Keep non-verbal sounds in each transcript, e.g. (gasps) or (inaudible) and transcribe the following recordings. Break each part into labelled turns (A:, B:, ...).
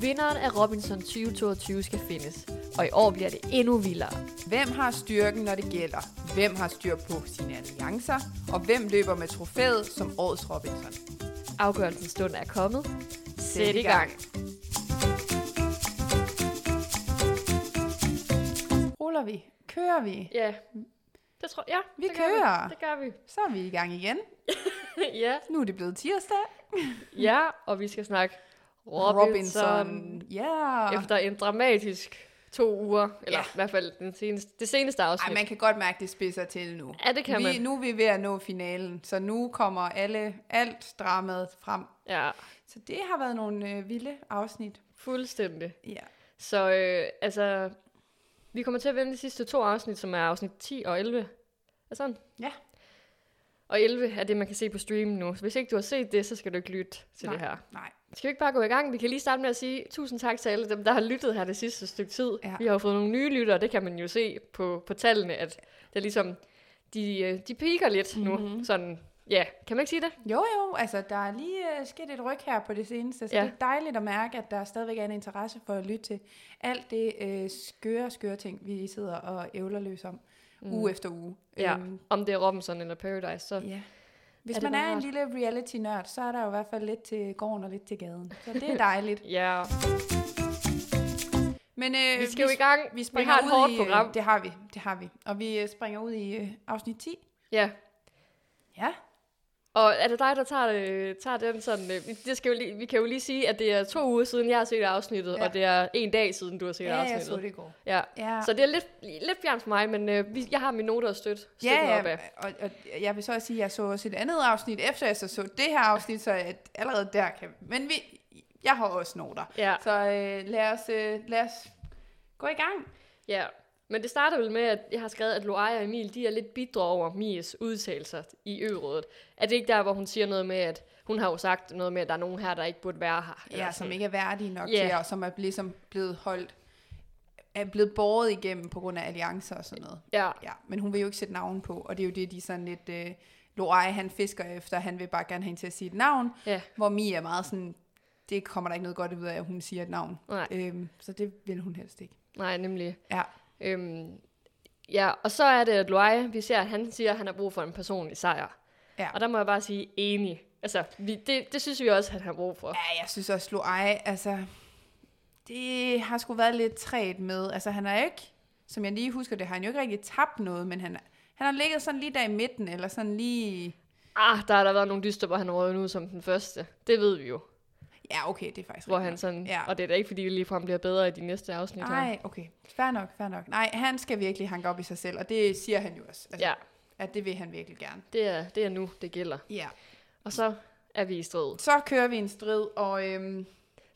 A: Vinderen af Robinson 2022 skal findes, og i år bliver det endnu vildere.
B: Hvem har styrken, når det gælder? Hvem har styr på sine alliancer? Og hvem løber med trofæet som årets Robinson?
A: Afgørelsens stund er kommet. Sæt i gang.
B: Ruller vi? Kører vi?
A: Ja, det tror jeg.
B: Vi det gør vi. kører.
A: Det gør vi. (laughs)
B: Så er vi i gang igen.
A: ja.
B: Nu er det blevet tirsdag.
A: ja, og vi skal snakke Robinson, Robinson.
B: Ja. Yeah.
A: efter en dramatisk to uger, eller
B: Ja.
A: i hvert fald den seneste, det seneste afsnit.
B: Ej, man kan godt mærke, det spidser til nu.
A: Ja, det kan
B: vi,
A: man.
B: Nu er vi ved at nå finalen, så nu kommer alle, alt dramaet frem.
A: Ja,
B: Så det har været nogle øh, vilde afsnit.
A: fuldstændig.
B: Ja.
A: Så øh, altså, vi kommer til at vende de sidste to afsnit, som er afsnit 10 og 11. Er det sådan?
B: Ja.
A: Og 11 er det, man kan se på streamen nu. Så hvis ikke du har set det, så skal du ikke lytte til det her.
B: Nej.
A: Skal vi ikke bare gå i gang? Vi kan lige starte med at sige tusind tak til alle dem, der har lyttet her det sidste stykke tid.
B: Ja.
A: Vi har jo fået nogle nye lyttere, det kan man jo se på, på tallene, at det er ligesom, de, øh, de piker lidt
B: Mhm.
A: mm-hmm. nu. Sådan, ja, kan man ikke sige det?
B: Jo, jo, altså der er lige uh, sket et ryg her på det seneste, så
A: Ja.
B: ja. det er dejligt at mærke, at der stadigvæk er en interesse for at lytte til alt det uh, skøre, skøre ting, vi sidder og ævler løs om mm. uge efter uge.
A: Ja,
B: Øhm,
A: om det er Robinson eller Paradise, så
B: ja. Hvis
A: Er
B: er
A: det
B: man er
A: bare
B: en
A: rart?
B: lille reality-nørd, så er der jo i hvert fald lidt til gården og lidt til gaden. Så det
A: (laughs)
B: er dejligt.
A: ja,
B: Men uh,
A: vi skal jo i gang.
B: Vi,
A: Vi,
B: springer
A: har et
B: ud
A: hårdt
B: i, øh,
A: program.
B: Det har vi, det har vi. Og vi øh, springer ud i øh, afsnit 10.
A: Ja,
B: Ja.
A: og er det dig, der tager, øh, tager den sådan... Øh, det skal jo lige, vi kan jo lige sige, at det er to uger siden, jeg har set afsnittet,
B: Ja.
A: og det er en dag siden, du har set
B: Ja, jeg
A: afsnittet.
B: så det i går.
A: Ja.
B: Ja.
A: Så det er lidt, lidt fjernt for mig, men øh, vi, jeg har mine noter at støtte, støtte
B: Ja,
A: op af.
B: ja, og, og jeg vil så også sige, at jeg så også et andet afsnit, efter jeg så, så det her afsnit, så at allerede der kan... Men vi, jeg har også noter.
A: Ja.
B: Så øh, lad, os, øh, lad os gå i gang.
A: Ja, men det starter vel med, at jeg har skrevet, at Loaia og Emil, de er lidt bidre over Mies udtalelser i ø-rådet. Er det ikke der, hvor hun siger noget med, at hun har jo sagt noget med, at der er nogen her, der ikke burde være her? eller
B: Ja,
A: sådan.
B: som ikke er værdige nok
A: Ja.
B: yeah. til, og som er ligesom blevet holdt er blevet båret igennem på grund af alliancer og sådan noget.
A: Ja,
B: Ja, men hun vil jo ikke sætte navn på, og det er jo det, de sådan lidt... Øh, Loai, han fisker efter, han vil bare gerne have hende til at sige et navn,
A: ja,
B: hvor Mia er meget sådan, det kommer der ikke noget godt ud af, at hun siger et navn.
A: Nej.
B: Øhm, så det vil hun helst ikke.
A: nej, nemlig.
B: Ja.
A: Øhm, ja, og så er det, at Loaia, vi ser, at han siger, at han har brug for en personlig sejr.
B: Ja.
A: Og der må jeg bare sige, enig. Altså, vi, det, det synes vi også, han har brug for.
B: Ja, jeg synes også, Loai, altså, det har sgu været lidt træt med. Altså, han er jo ikke, som jeg lige husker det, har han jo ikke rigtig tabt noget, men han, han har ligget sådan lige der i midten, eller sådan lige...
A: Ah, der har der været nogle dyster, hvor han røg ud som den første. Det ved vi jo.
B: Ja, okay, det er faktisk
A: Hvor
B: rigtigt
A: han
B: nok.
A: sådan,
B: Ja.
A: ja. og det er da ikke, fordi det ligefrem bliver bedre i de næste afsnit. her.
B: Nej, okay. Fair nok, fair nok. Nej, han skal virkelig hanke op i sig selv, og det siger han jo også. Altså,
A: Ja,
B: At det vil han virkelig gerne.
A: det er, det er nu, det gælder.
B: Ja.
A: Og så er vi i strid.
B: Så kører vi en strid, og øhm,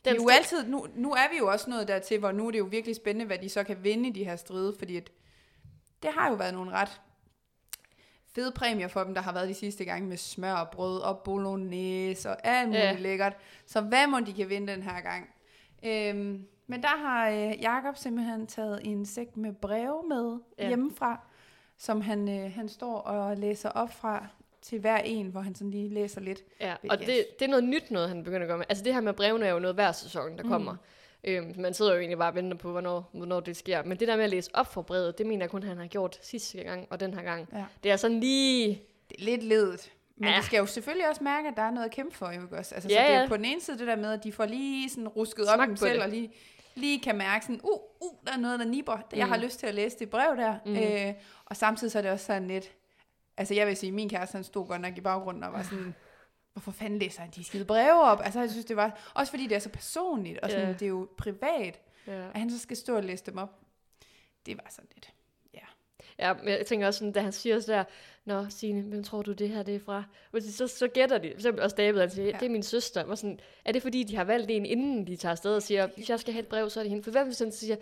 B: Det er jo
A: strid-
B: altid, nu, nu er vi jo også nået dertil, hvor nu er det jo virkelig spændende, hvad de så kan vinde i de her stride, fordi at, det har jo været nogle ret fede præmier for dem, der har været de sidste gange med smør og brød og bolognese og alt muligt
A: Ja.
B: ja. lækkert. Så hvad må de kan vinde den her gang? Øhm, men der har øh, Jakob simpelthen taget en sæk med breve med
A: Ja.
B: ja. hjemmefra, som han, øh, han står og læser op fra til hver en, hvor han sådan lige læser lidt.
A: Ja,
B: Vil
A: og
B: jeg-
A: det, det er noget nyt noget, han begynder at gøre med. Altså det her med brevene er jo noget hver sæson, der mm. kommer. Øhm, man sidder jo egentlig bare og venter på, hvornår, hvornår det sker. Men det der med at læse op for brevet, det mener jeg kun, han har gjort sidste gang og den her gang.
B: Ja.
A: Det er sådan lige...
B: det er lidt ledet. Men
A: Ja.
B: ja. de skal jo selvfølgelig også mærke, at der er noget at kæmpe for, jo ikke også? Altså,
A: Ja,
B: så det er
A: ja.
B: jo på den ene side det der med, at de får lige sådan rusket op
A: Smag
B: i dem
A: på
B: selv,
A: det.
B: og lige, lige kan mærke sådan, uh, uh, der er noget, der nipper. Mm. Jeg har lyst til at læse det brev der. Mm. Øh, og samtidig så er det også sådan lidt, altså jeg vil sige, min kæreste han stod godt nok i baggrunden
A: Ah.
B: og var sådan, hvorfor fanden læser han de skide breve op? Altså jeg synes, det var, også fordi det er så personligt, og sådan,
A: Ja.
B: yeah. det er jo privat,
A: Ja.
B: at han så skal stå og læse dem op. Det var sådan lidt, ja.
A: ja, men jeg tænker også sådan, da han siger sådan der, Nå, Signe, hvem tror du det her det er fra? Og så, så, så gætter de. For eksempel også David, han siger, ja. det er min søster. Og sådan, er det fordi, de har valgt en, inden de tager afsted og siger, hvis jeg skal have et brev, så er det hende. For hvem hvis han siger,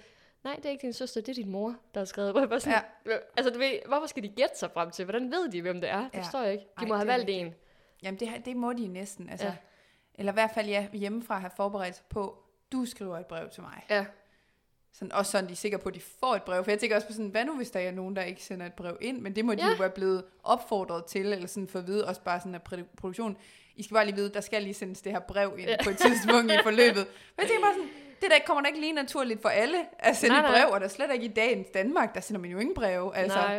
A: nej, det er ikke din søster, det er din mor, der har skrevet. (laughs) Hvor jeg bare sådan, ja. Altså, du ved, hvorfor skal de gætte sig frem til? Hvordan ved de, hvem det er? Det
B: Ja.
A: forstår jeg ikke. De
B: Ej,
A: må have
B: det er
A: valgt en.
B: Jamen, det, her- det må de næsten. Altså.
A: Ja.
B: Ja. Eller i hvert fald ja, hjemmefra have forberedt sig på, du skriver et brev til mig.
A: Ja.
B: Sådan, også sådan, de er sikre på, at de får et brev. For jeg tænker også på sådan, hvad nu hvis der er nogen, der ikke sender et brev ind? Men det må de
A: Ja.
B: jo være blevet opfordret til, eller sådan for at vide, også bare sådan af produ- produktionen. I skal bare lige vide, der skal lige sendes det her brev ind ja. på et tidspunkt i forløbet. Men jeg tænker bare sådan, det der kommer da ikke lige naturligt for alle at sende
A: Nej,
B: nej, et
A: nej.
B: brev, og der er slet ikke i dagens Danmark, der sender man jo ingen breve. Altså,
A: Nej.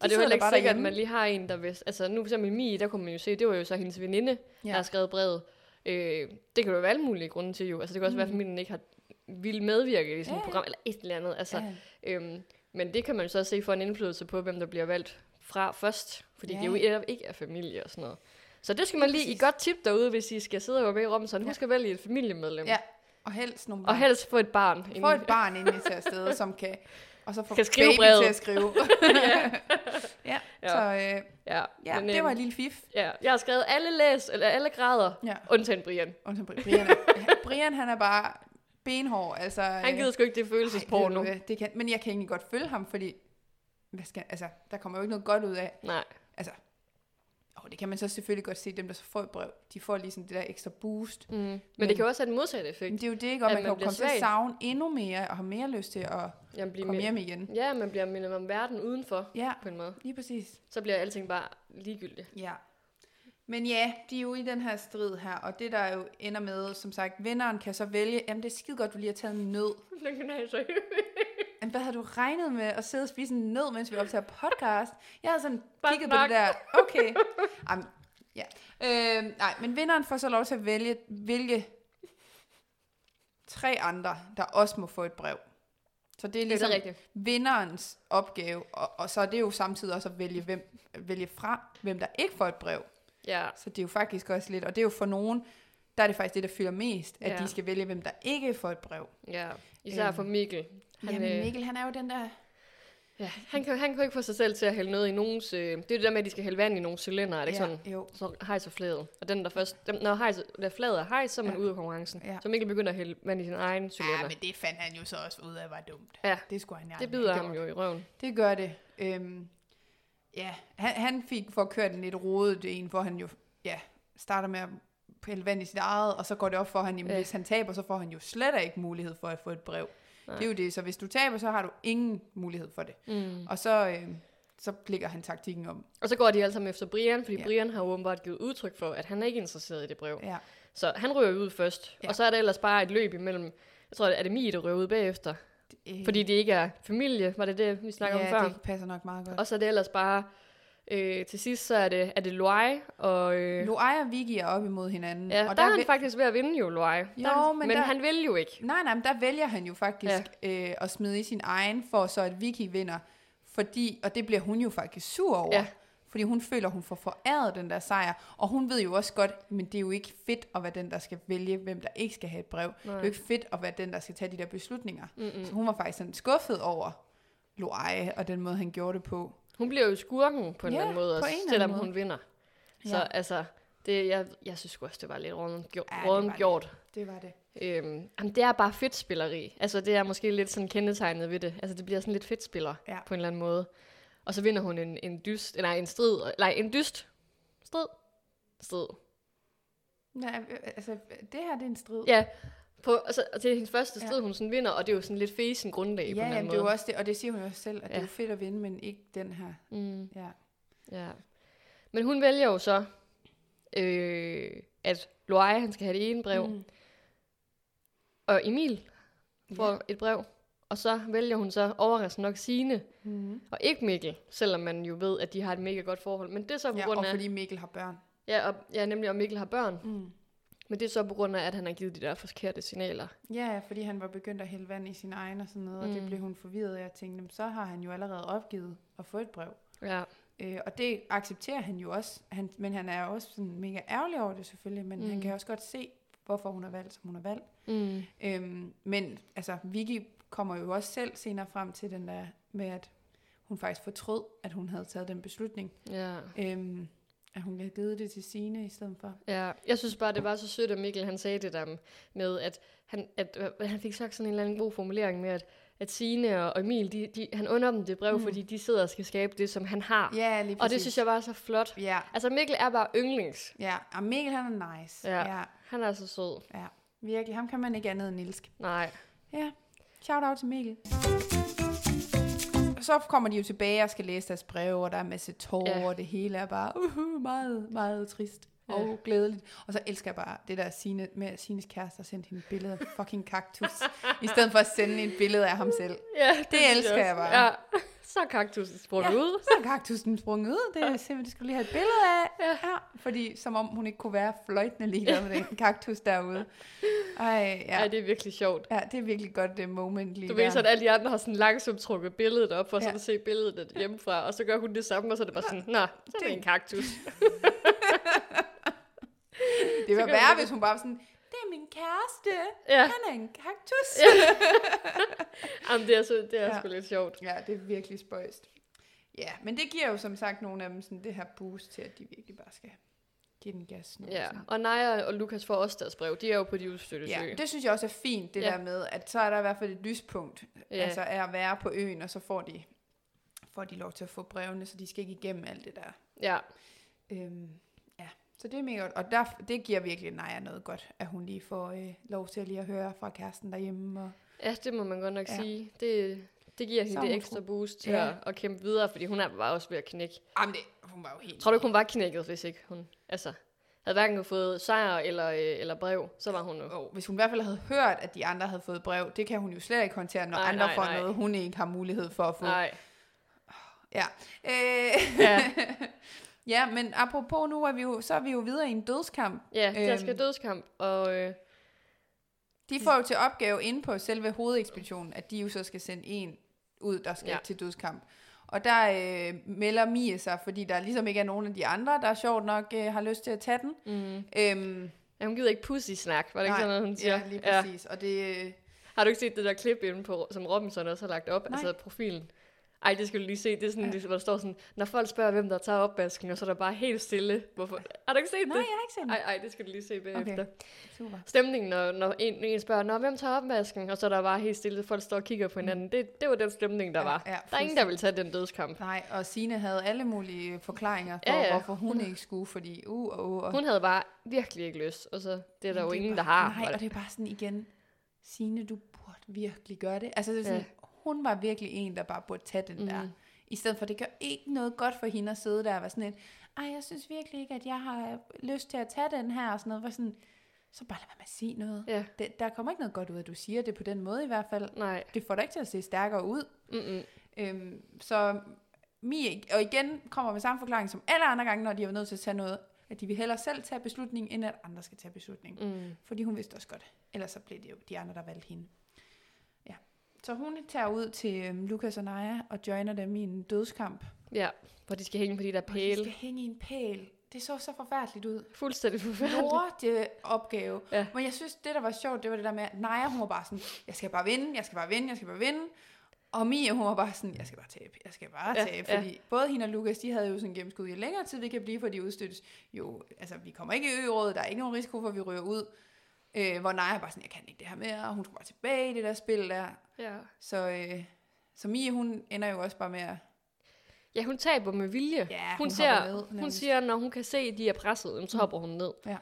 A: Og det er
B: sidder
A: jo heller ikke
B: bare
A: sikkert, at
B: derhjemme.
A: man lige har en, der vil... Altså nu for eksempel Mie, der kunne man jo se, det var jo så hendes veninde, ja. der har skrevet brevet. Øh, det kan jo være alle mulige grunde til jo. Altså det kan også mm. være, at familien ikke har vil medvirke i sådan et
B: Ja, ja.
A: program, eller et eller andet. Altså,
B: ja.
A: øhm, men det kan man jo så se for en indflydelse på, hvem der bliver valgt fra først. Fordi
B: Ja,
A: det jo
B: ja.
A: netop ikke er familie og sådan noget. Så det skal man lige i
B: præcis.
A: godt tip derude, hvis I skal sidde og være med i rummet, så husk at vælge et familiemedlem.
B: Ja, og helst nogle
A: Og
B: børn.
A: helst få et barn.
B: Få
A: inden-
B: et barn ind i til afsted, som kan... Og så få
A: Kan skrive
B: baby
A: brevet.
B: til at skrive. ja.
A: (laughs) Ja.
B: så øh,
A: Ja,
B: ja,
A: men,
B: det
A: øhm,
B: var et lille fif.
A: Ja, jeg har skrevet alle læs, eller alle grader,
B: Ja.
A: undtagen Brian.
B: Og så Brian, er- (laughs) Brian, han er bare benhård. Altså,
A: Han
B: øh,
A: gider sgu ikke det følelsesporno.
B: Ej, ved du hvad, det kan, men jeg kan egentlig godt følge ham, fordi hvad skal, altså, der kommer jo ikke noget godt ud af.
A: Nej,
B: Og det kan man så selvfølgelig godt se, dem der så får et brev, de får lige sådan det der ekstra boost.
A: mm. men, men
B: Men-
A: det kan jo også have den modsatte effekt.
B: Men det er jo det ikke, og
A: At man
B: man, kan jo
A: bliver
B: komme til at
A: svag.
B: savne endnu mere, og have mere lyst til at
A: Jamen, blive
B: komme
A: mere,
B: hjem igen.
A: ja, man bliver mindet om verden udenfor,
B: Ja,
A: på en måde.
B: lige præcis.
A: Så bliver alting bare (laughs) ligegyldigt.
B: Ja. Men ja, de er jo i den her strid her, og det der jo ender med, som sagt, vinderen kan så vælge, jamen det er skide godt, du lige har taget en nød.
A: Den kan have så
B: Jamen, hvad havde du regnet med at sidde og spise en nød, mens vi optager podcast? Jeg havde sådan
A: Bare
B: kigget på det
A: snak.
B: der. Okay. Jamen, ja. Øhm, nej, men vinderen får så lov til at vælge, hvilke tre andre, der også må få et brev. Så det er
A: Det er så
B: ligesom
A: rigtigt.
B: vinderens opgave, og, og så er det jo samtidig også at vælge, hvem, vælge fra, hvem der ikke får et brev.
A: Ja,
B: Så det er jo faktisk også lidt, og det er jo for nogen, der er det faktisk det, der fylder mest, at
A: Ja.
B: ja. de skal vælge, hvem der ikke får et brev.
A: ja. Især
B: Øhm,
A: for Mikkel. Han,
B: Han, Jamen
A: øh,
B: Mikkel, han er jo den der
A: ja, han, kan, han kan jo ikke få sig selv til at hælde noget i nogens... Øh, det er jo det der med, at de skal hælde vand i nogle cylinder, er det ikke sådan?
B: Jo.
A: Så hejs og flaget. Og den, der først... Dem, når hejs, der flaget er hejs, så er man
B: Ja.
A: ude af konkurrencen.
B: Ja.
A: Så Mikkel begynder at hælde vand i sin egen cylinder.
B: Ja, men det fandt han jo så også ud af var dumt.
A: Ja.
B: Det skulle han aldrig
A: det bider
B: have
A: ham
B: gjort.
A: jo i røven.
B: Det gør det. Øhm, ja, han, han fik for at køre den lidt rodet en, hvor han jo ja, starter med at pille vand i sit eget, og så går det op for han, jamen,
A: Ja.
B: hvis han taber, så får han jo slet ikke mulighed for at få et brev.
A: Nej.
B: Nej. Det er jo det, så hvis du taber, så har du ingen mulighed for det.
A: Mm.
B: Og så, øh, så ligger han taktikken om.
A: Og så går de alle sammen efter Brian, fordi ja.
B: Ja.
A: Brian har jo åbenbart givet udtryk for, at han er ikke interesseret i det brev.
B: Ja.
A: Så han ryger ud først, ja.
B: Ja.
A: og så er der ellers bare et løb imellem, jeg tror, er det Mie, der ryger ud bagefter,
B: Øh,
A: fordi det ikke er familie, var det det, vi snakker
B: ja,
A: om før?
B: det passer nok meget godt.
A: Og så er det ellers bare, øh, til sidst så er det, er det Loai, og øh,
B: Loai og Vicky er op imod hinanden.
A: ja, og der,
B: der
A: er han
B: vil-
A: faktisk ved at vinde jo, Loai. Jo,
B: Jo, men
A: men
B: der-
A: han vil jo ikke.
B: Nej, nej, men der vælger han jo faktisk ja. øh, at smide i sin egen, for så at Vicky vinder. Fordi, og det bliver hun jo faktisk sur over.
A: Ja.
B: Ja. Fordi hun føler, hun får foræret den der sejr. Og hun ved jo også godt, men det er jo ikke fedt at være den, der skal vælge, hvem der ikke skal have et brev. Det er jo
A: Nej. Mm.
B: ikke fedt at være den, der skal tage de der beslutninger.
A: Mm-mm.
B: Så hun var faktisk sådan skuffet over Loaie og den måde, han gjorde det på.
A: Hun bliver jo skurken på en
B: Ja,
A: eller anden måde,
B: på
A: også,
B: en eller
A: selvom
B: anden måde.
A: hun vinder. Så
B: Ja.
A: altså, det, jeg, jeg synes sgu også, det var lidt rådent
B: Ja,
A: gjort.
B: det var
A: rådent
B: det.
A: gjort.
B: Det var det.
A: Øhm, jamen, det er bare fedt spilleri. Altså, det er måske lidt sådan kendetegnet ved det. Altså, det bliver sådan lidt fedt spiller ja.
B: Ja.
A: på en eller anden måde. Og så vinder hun en, en dyst, eller en strid, nej, en dyst. Strid. Strid.
B: Nej, øh, altså, det her det er en strid.
A: Ja, på, og, så, og det er hendes første
B: Ja.
A: strid, hun sådan vinder, og det er jo sådan lidt fesen grundlag på en
B: ja
A: eller
B: jamen,
A: anden
B: det er jo
A: måde.
B: også det, og det siger hun jo også selv, at ja. det
A: Ja.
B: er jo fedt at vinde, men ikke den her.
A: Mm,
B: Ja.
A: ja. Men hun vælger jo så, øh, at Loire, han skal have det ene brev, mm.
B: Mm.
A: og Emil får
B: Ja.
A: ja. et brev. Og så vælger hun så overraskende nok sine
B: Mm.
A: Og ikke Mikkel, selvom man jo ved, at de har et mega godt forhold. Men det er så på
B: Ja,
A: ja, grund
B: og
A: af...
B: fordi Mikkel har børn.
A: Ja, og, ja, nemlig om Mikkel har børn.
B: Mm.
A: Men det er så på grund af, at han har givet de der forkerte signaler.
B: Ja, fordi han var begyndt at hælde vand i sin egen og sådan noget, mm. og
A: Mm.
B: det blev hun forvirret af. Jeg tænkte, "Jamen, så har han jo allerede opgivet at få et brev.
A: Ja,
B: Øh, og det accepterer han jo også, han, men han er også sådan mega ærgerlig over det selvfølgelig, men mm.
A: Mm.
B: han kan også godt se, hvorfor hun har valgt, som hun har valgt.
A: mm.
B: Øhm, men altså, Vicky kommer jo også selv senere frem til den der med, at hun faktisk fortrød, at hun havde taget den beslutning.
A: ja,
B: Øhm, at hun havde givet det til sine i stedet for.
A: ja. Jeg synes bare, det var så sødt, at Mikkel han sagde det der med, at han, at, øh, han fik sagt sådan en eller anden god formulering med, at, at Signe og og Emil, de, de, han under dem det brev, mm.
B: Mm.
A: fordi de sidder og skal skabe det, som han har.
B: Ja, lige præcis.
A: Ah, og det synes jeg var så flot.
B: Ja,
A: Altså, Mikkel er bare yndlings.
B: ja. Og Mikkel, han er nice.
A: Ja.
B: ja.
A: Han er så sød.
B: Ja, virkelig. Ham kan man ikke andet end elske.
A: Nej.
B: Ja, shout out til Mikkel. Så kommer de jo tilbage og skal læse deres breve, og der er en masse tårer,
A: Ja.
B: ja. og det hele er bare uhuh, meget, meget trist. og ja. glædeligt. Og så elsker jeg bare det der Sine, med Sines kæreste og sendte hende billeder af fucking
A: (laughs)
B: kaktus, i stedet for at sende et billede af ham selv.
A: Ja,
B: Det
A: synes
B: elsker jeg
A: også.
B: bare.
A: Ja. Så er kaktusen sprunget
B: Ja.
A: ja. ud.
B: Så er kaktusen sprunget ud, det er simpelthen, det skulle lige have et billede af. Ja. ja. Fordi som om hun ikke kunne være fløjtende ligeglad med den kaktus derude. Ej,
A: Ja.
B: ja.
A: det er virkelig sjovt.
B: Ja, det er virkelig et godt uh, moment lige
A: Du
B: der.
A: ved sådan, at alle de andre har sådan langsomt trukket billedet op, for ja.
B: Ja.
A: sådan at se billedet hjemmefra, og så gør hun det samme, og så er det bare sådan, nej, så er det
B: det-
A: en
B: (laughs)
A: kaktus.
B: det var
A: kan man-
B: værre, hvis hun bare var sådan, det er min kæreste, (laughs)
A: Ja,
B: han er en kaktus.
A: Jamen, det er, så, det er
B: Ja.
A: ja. sgu lidt sjovt.
B: Ja, det er virkelig spøjst. Ja, men det giver jo som sagt nogle af dem sådan det her boost til, at de virkelig bare skal give den gas nu.
A: Ja,
B: Sådan.
A: og Naja og Lukas får også deres brev. De er jo på de udstøttede
B: altså. Ja,
A: ø.
B: det synes jeg også er fint, det
A: Ja.
B: der med, at så er der i hvert fald et lyspunkt,
A: Ja.
B: altså er at være på øen, og så får de, får de lov til at få brevene, så de skal ikke igennem alt det der.
A: ja.
B: Øhm, ja, så det er mega godt, og der, det giver virkelig Naja noget godt, at hun lige får øh, lov til lige at høre fra kæresten derhjemme. Og,
A: ja, det må man godt nok
B: Ja.
A: ja. sige. Det, det giver
B: Så
A: hende
B: er
A: det
B: hun
A: ekstra boost til
B: Ja.
A: ja. at, at kæmpe videre, fordi hun er bare også ved at knække.
B: jamen det, hun var jo helt...
A: Tror du ikke, hun var knækket, hvis ikke hun... Altså, havde hverken fået sejr eller, øh, eller brev, så var hun jo...
B: Jo, hvis hun i hvert fald havde hørt, at de andre havde fået brev, det kan hun jo slet ikke håndtere, når nej,
A: Nej,
B: andre
A: nej,
B: nej, får nej.
A: nej.
B: noget, hun ikke har mulighed for at få.
A: Nej.
B: Ja. Øh,
A: Ja,
B: (laughs) ja, men apropos nu, er vi jo, så er vi jo videre i en dødskamp.
A: ja der
B: Øhm.
A: skal dødskamp, og... Øh,
B: De får jo til opgave inde på selve hovedekspeditionen, at de jo så skal sende en ud, der skal ja.
A: Ja.
B: til dødskamp. Og der øh, melder Mie sig, fordi der ligesom ikke er nogen af de andre, der sjovt nok øh, har lyst til at tage den.
A: mm,
B: Øhm,
A: ja, hun gider ikke pussy-snak, var det ikke sådan noget, hun siger?
B: ja, lige præcis. Ja. Og det, øh,
A: Har du ikke set det der klip inde på, som Robinson også har lagt op?
B: Nej.
A: Nej. Altså profilen. Ej, det skal du lige se. Det er sådan, ja. hvor der står sådan, når folk spørger, hvem der tager opvasken, og så er der bare helt stille. Hvorfor? Har du ikke set
B: nej,
A: det?
B: jeg har ikke set den.
A: Ej, ej, det skal du lige se bagefter.
B: Okay.
A: Okay.
B: Super.
A: Stemningen, når, når en, en spørger, Nå, hvem tager opvasken, og så er der bare helt stille, folk står og kigger på hinanden. Det, det var den stemning, der
B: Mm. Ja,
A: var.
B: ja,
A: der er ingen, der vil tage den dødskamp.
B: Nej, og Sine havde alle mulige forklaringer på, ja,
A: Ja,
B: ja.
A: ja.
B: hvorfor hun ikke skulle, fordi uh, uh, uh.
A: Hun havde bare virkelig ikke lyst, og så det er der jo
B: Det
A: ingen,
B: bare,
A: der har.
B: Nej,
A: Og
B: og det er bare sådan igen, Sine, du burde virkelig gøre det. Altså, det er
A: Ja.
B: sådan, ja. hun var virkelig en, der bare burde tage den mm. der.
A: Mhm.
B: I stedet for, det gør ikke noget godt for hende at sidde der og være sådan lidt, ej, jeg synes virkelig ikke, at jeg har lyst til at tage den her, og sådan noget. Hvor sådan, så bare lad være med at sige noget.
A: Ja.
B: Det, der kommer ikke noget godt ud af, at du siger det på den måde i hvert fald.
A: Nej.
B: Det får dig ikke til at se stærkere ud.
A: Mm-mm.
B: Øhm, så Mie, og igen kommer med samme forklaring som alle andre gange, når de er nødt til at tage noget, at de vil hellere selv tage beslutningen, end at andre skal tage beslutningen.
A: Mm.
B: Fordi hun vidste også godt. Ellers så blev det jo de andre, der valgte hende. Ja. Så hun tager ud til øhm, Lukas og Naja og joiner dem i en dødskamp.
A: Ja, hvor de skal hænge på de der
B: Og de skal
A: pæle.
B: hænge i en pæl. Det så så forfærdeligt ud.
A: Fuldstændig forfærdeligt.
B: Lorte opgave.
A: Ja.
B: Men jeg synes, det der var sjovt, det var det der med, at Naja, hun var bare sådan, jeg skal bare vinde, jeg skal bare vinde, jeg skal bare vinde. Og Mia, hun var bare sådan, jeg skal bare tabe, jeg skal bare
A: Ja,
B: tabe.
A: ja.
B: Fordi både hende og Lukas, de havde jo sådan gennemskud, jo længere tid vi kan blive, for de udstøttes. Jo, altså, vi kommer ikke i ørådet, der er ikke nogen risiko for, at vi ryger ud. Øh, hvor Naja bare sådan, jeg kan ikke det her mere, og hun skulle bare tilbage i det der spil der.
A: Ja.
B: Så, øh, så Mia, hun ender jo også bare med at...
A: Ja, hun taber med vilje.
B: Ja,
A: hun,
B: hun
A: hun,
B: hopper
A: ser,
B: ned,
A: hun
B: nærmest. Mm.
A: siger, når hun kan se, at de er presset, jamen, så hopper hun ned.
B: Ja.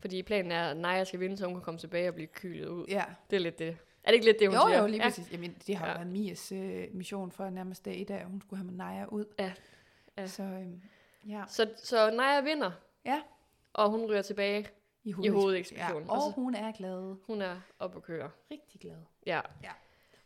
A: Fordi planen er, at Naja skal vinde, så hun kan komme tilbage og blive kylet ud.
B: ja.
A: Det er lidt det. Er det ikke lidt det, hun
B: Jo,
A: siger?
B: jo, lige
A: ja.
B: præcis. Jamen, det har jo
A: Ja.
B: været Mias øh, mission for nærmest dag i dag, at hun skulle have Naja ud.
A: Ja. Ja.
B: Så, øhm, ja.
A: Så, så Naja vinder,
B: Ja.
A: og hun ryger tilbage.
B: hovedeks-
A: hovedekspeditionen.
B: Ja. Og
A: Og så-
B: hun er glad.
A: Hun er oppe at køre.
B: Rigtig glad.
A: Ja.
B: Ja.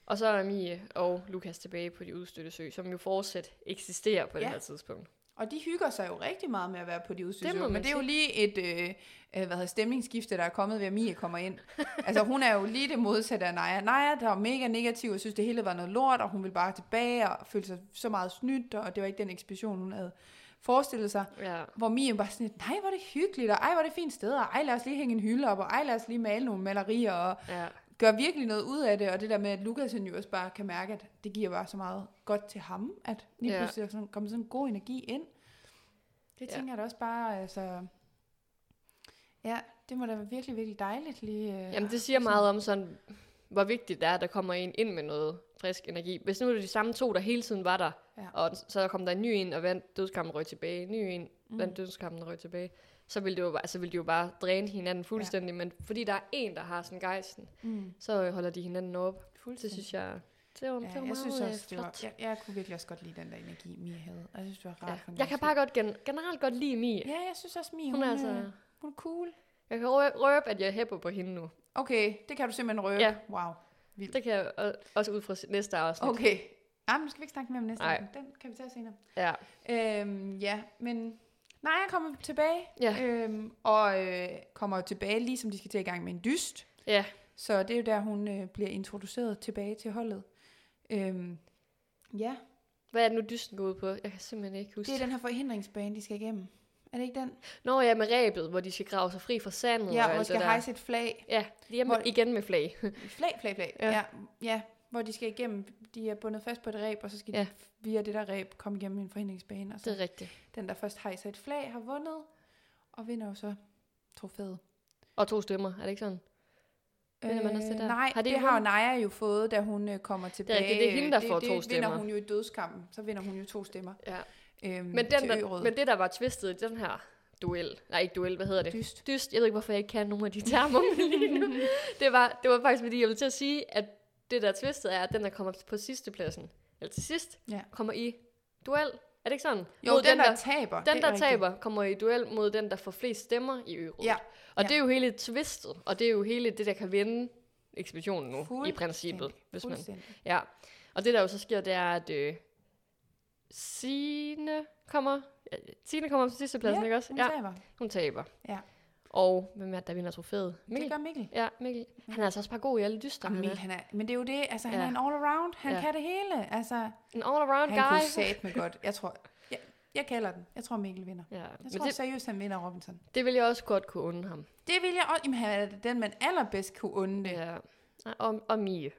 A: Og så er Mie og Lukas tilbage på de udstøtte sø, som jo fortsat eksisterer på
B: Ja.
A: det her tidspunkt.
B: Og de hygger sig jo rigtig meget med at være på de
A: Det må
B: udstyrelser.
A: man
B: Men det er jo lige et øh, øh, hvad hedder, stemningsskifte, der er kommet ved, at Mia kommer ind. altså hun er jo lige det modsatte af Naja. Naja, der var mega negativ og synes, det hele var noget lort, og hun ville bare tilbage og følte sig så meget snydt, og det var ikke den ekspedition, hun havde forestillet sig.
A: Ja.
B: hvor Mia var sådan lidt, nej, hvor er det hyggeligt, og ej, hvor er det fint sted, og ej, lad os lige hænge en hylde op, og ej, lad os lige male nogle malerier, og
A: ja.
B: gør virkelig noget ud af det, og det der med, at Lukas han jo også bare kan mærke, at det giver bare så meget godt til ham, at lige ja.
A: Ja.
B: pludselig er sådan, kommer sådan en god energi ind. Det
A: Ja.
B: tænker jeg da også bare, altså, ja, det må da være virkelig, virkelig dejligt lige. øh,
A: Jamen, det siger
B: sådan-
A: meget om sådan, hvor vigtigt det er, at der kommer en ind med noget frisk energi. Hvis nu er det de samme to, der hele tiden var der,
B: Ja.
A: og så kom der en ny ind og vandt dødskampen røg tilbage, en ny ind,
B: Mm.
A: vandt dødskampen røg tilbage, så ville, det jo, bare- altså ville de jo bare dræne hinanden fuldstændig. Men fordi der er en, der har sådan gejsten,
B: Mm,
A: så øh, holder de hinanden op. Det
B: fuldstændig.
A: synes jeg Det var, ja,
B: Ja,
A: det var
B: jeg
A: meget øh,
B: synes også, det var,
A: flot.
B: jeg, jeg kunne virkelig også godt lide den der energi, Mia havde. Og jeg synes, det var rart.
A: Ja.
B: for en
A: Jeg kan
B: gang skyld.
A: bare godt gen- generelt godt lide Mie.
B: Ja, jeg synes også, Mia,
A: Hun er altså...
B: øh, hun er cool.
A: Jeg kan rø- røbe, at jeg hæpper på hende nu.
B: Okay, det kan du simpelthen røbe.
A: Ja.
B: Wow.
A: Det kan jeg øh, også ud fra s- næste afsnit.
B: Okay. Ah, men nu skal vi ikke snakke mere om næste
A: Nej.
B: gang. Den kan vi tage senere.
A: Ja.
B: Øhm, ja, men... Nej, jeg kommer tilbage.
A: Ja.
B: Øhm, og øh, kommer tilbage, ligesom de skal til i gang med en dyst.
A: Ja.
B: Så det er jo der, hun øh, bliver introduceret tilbage til holdet. Øhm, ja,
A: Hvad er det nu, dysten går ud på? Jeg kan simpelthen ikke huske.
B: det er den her forhindringsbane, de skal igennem. Er det ikke den?
A: Når jeg er med ræbet, hvor de skal grave sig fri fra sandet og
B: Ja, hvor
A: alt
B: skal
A: det altså der.
B: hejse et flag.
A: (laughs) Ja, lige med,
B: Hvor-
A: igen med
B: (laughs)
A: flag.
B: Flag, flag, flag.
A: Ja.
B: Ja. ja. ja. Hvor de skal igennem, de er bundet fast på et ræb, og så skal ja.
A: Ja.
B: de via det der ræb komme igennem en forhindringsbane. Og så
A: det er rigtigt.
B: den, der først hejser et flag, har vundet, og vinder jo så trofæet.
A: Og to stemmer, er det ikke sådan? Vinder man også det der?
B: Øh, nej,
A: Har
B: har
A: det
B: det, det har
A: hun?
B: Naja jo fået, da hun øh, kommer tilbage.
A: rigtigt, det er hende, der får to
B: det,
A: stemmer.
B: vinder hun jo i dødskampen, så vinder hun jo to stemmer.
A: Ja.
B: Øhm,
A: Men, den,
B: til
A: der,
B: Ø-rød.
A: men det, der var tvistet i den her duel, nej ikke duel, hvad hedder det?
B: Dyst.
A: Dyst, jeg ved ikke, hvorfor jeg ikke kan nogen af de termer lige nu.
B: (laughs)
A: Det var, det var faktisk, fordi jeg ville til at sige, at det, der er tvistet, er, at den, der kommer på sidste pladsen, eller til sidst,
B: Ja.
A: kommer i duel. Er det ikke sådan?
B: Jo,
A: Mod
B: den, den, der taber.
A: Den,
B: det er
A: der
B: rigtigt.
A: taber, kommer i duel mod den, der får flest stemmer i øvrigt.
B: Ja,
A: Og
B: ja.
A: det er jo hele twistet, og det er jo hele det, der kan vinde ekspeditionen nu, i
B: Fuldstændig,
A: princippet. Hvis man,
B: fuldstændig.
A: ja. Og det, der jo så sker, det er, at øh, Signe kommer... ja, Signe kommer på sidste pladsen,
B: Ja,
A: ikke også?
B: Hun
A: Ja,
B: taber.
A: hun taber.
B: Ja.
A: Og hvem er det, der vinder trofæet? Mikkel.
B: Det gør Mikkel.
A: Ja, Mikkel. Han er altså også bare god i alle dyster.
B: Og
A: Han er
B: Mikkel, han er, men det er jo det, altså han
A: Ja.
B: er en all-around, han
A: Ja.
B: kan det hele, altså...
A: en all-around
B: Han kunne
A: guy.
B: satme godt. Jeg tror, jeg, jeg kalder den. Jeg tror, Mikkel vinder.
A: Ja, men
B: Jeg tror det...
A: det,
B: seriøst, han vinder Robinson.
A: det vil jeg også godt kunne unde ham.
B: Det vil jeg også. Jamen, han er da den, man allerbedst kunne unde det. Ja.
A: Ja. Nej, Og, og Mie.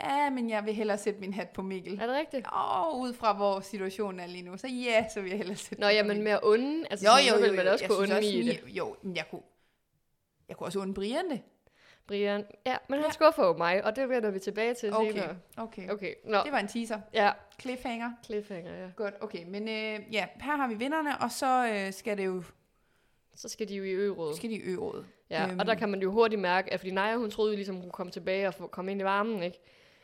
B: ja, men jeg vil hellere sætte min hat på Mikkel.
A: Er det rigtigt?
B: Og ud fra, hvor situationen er lige nu, så ja, så vil jeg hellere sætte
A: Nå,
B: den på
A: jamen
B: Mikkel.
A: med at unde, altså
B: Jo,
A: sådan,
B: jo,
A: så
B: jo,
A: vil
B: jo,
A: man også
B: jeg
A: kunne
B: synes
A: unde Mie det.
B: Mie- Jo, men jeg kunne, jeg kunne også unde Brian det.
A: Brian. Ja, men han
B: Ja.
A: skuffer jo mig, og det vender vi tilbage til
B: Okay.
A: senere.
B: Okay. okay.
A: Okay, nå.
B: Det var en teaser.
A: Ja,
B: Cliffhanger.
A: cliffhanger, ja.
B: Godt, okay. Men øh, ja, her har vi vinderne, og så øh, skal det jo
A: Så skal de jo i ørådet.
B: skal de i ørådet.
A: Ja,
B: Øhm.
A: og der kan man jo hurtigt mærke, at fordi Naja, hun troede jo ligesom, hun kunne komme tilbage og få, komme ind i varmen, ikke?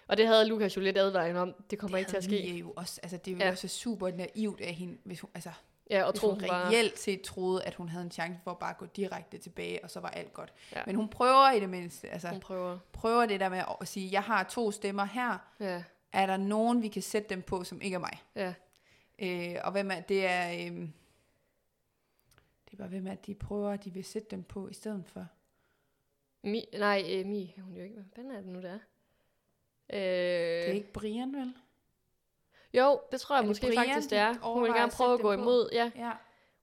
A: Og det havde Lukas jo lidt advaret hende om, det kommer ikke til at ske.
B: Mia jo også, altså det er jo
A: Ja.
B: ja. også super naivt af hende, hvis hun, altså,
A: Ja, og
B: hvis
A: tro
B: hun
A: hun var...
B: reelt set troede, at hun havde en chance for bare at gå direkte tilbage, og så var alt godt.
A: Ja.
B: Ja. Men hun prøver i det mindste, altså
A: Hun prøver.
B: prøver det der med at sige, jeg har to stemmer her,
A: Ja,
B: er der nogen, vi kan sætte dem på, som ikke er mig?
A: ja.
B: Øh, og hvem er, det er, øh, det er bare hvem er, de prøver, de vil sætte dem på i stedet for.
A: Mi, nej, øh, Mi, hun er jo ikke... Hvad fanden er det nu, der er?
B: Det er
A: Øh,
B: ikke Brian, vel?
A: jo, det tror jeg
B: Er det
A: måske
B: Brian,
A: faktisk, det
B: de
A: er. Hun vil
B: overvejer
A: gerne
B: at
A: prøve at
B: sætte
A: gå
B: dem på?
A: imod. Ja,
B: Ja,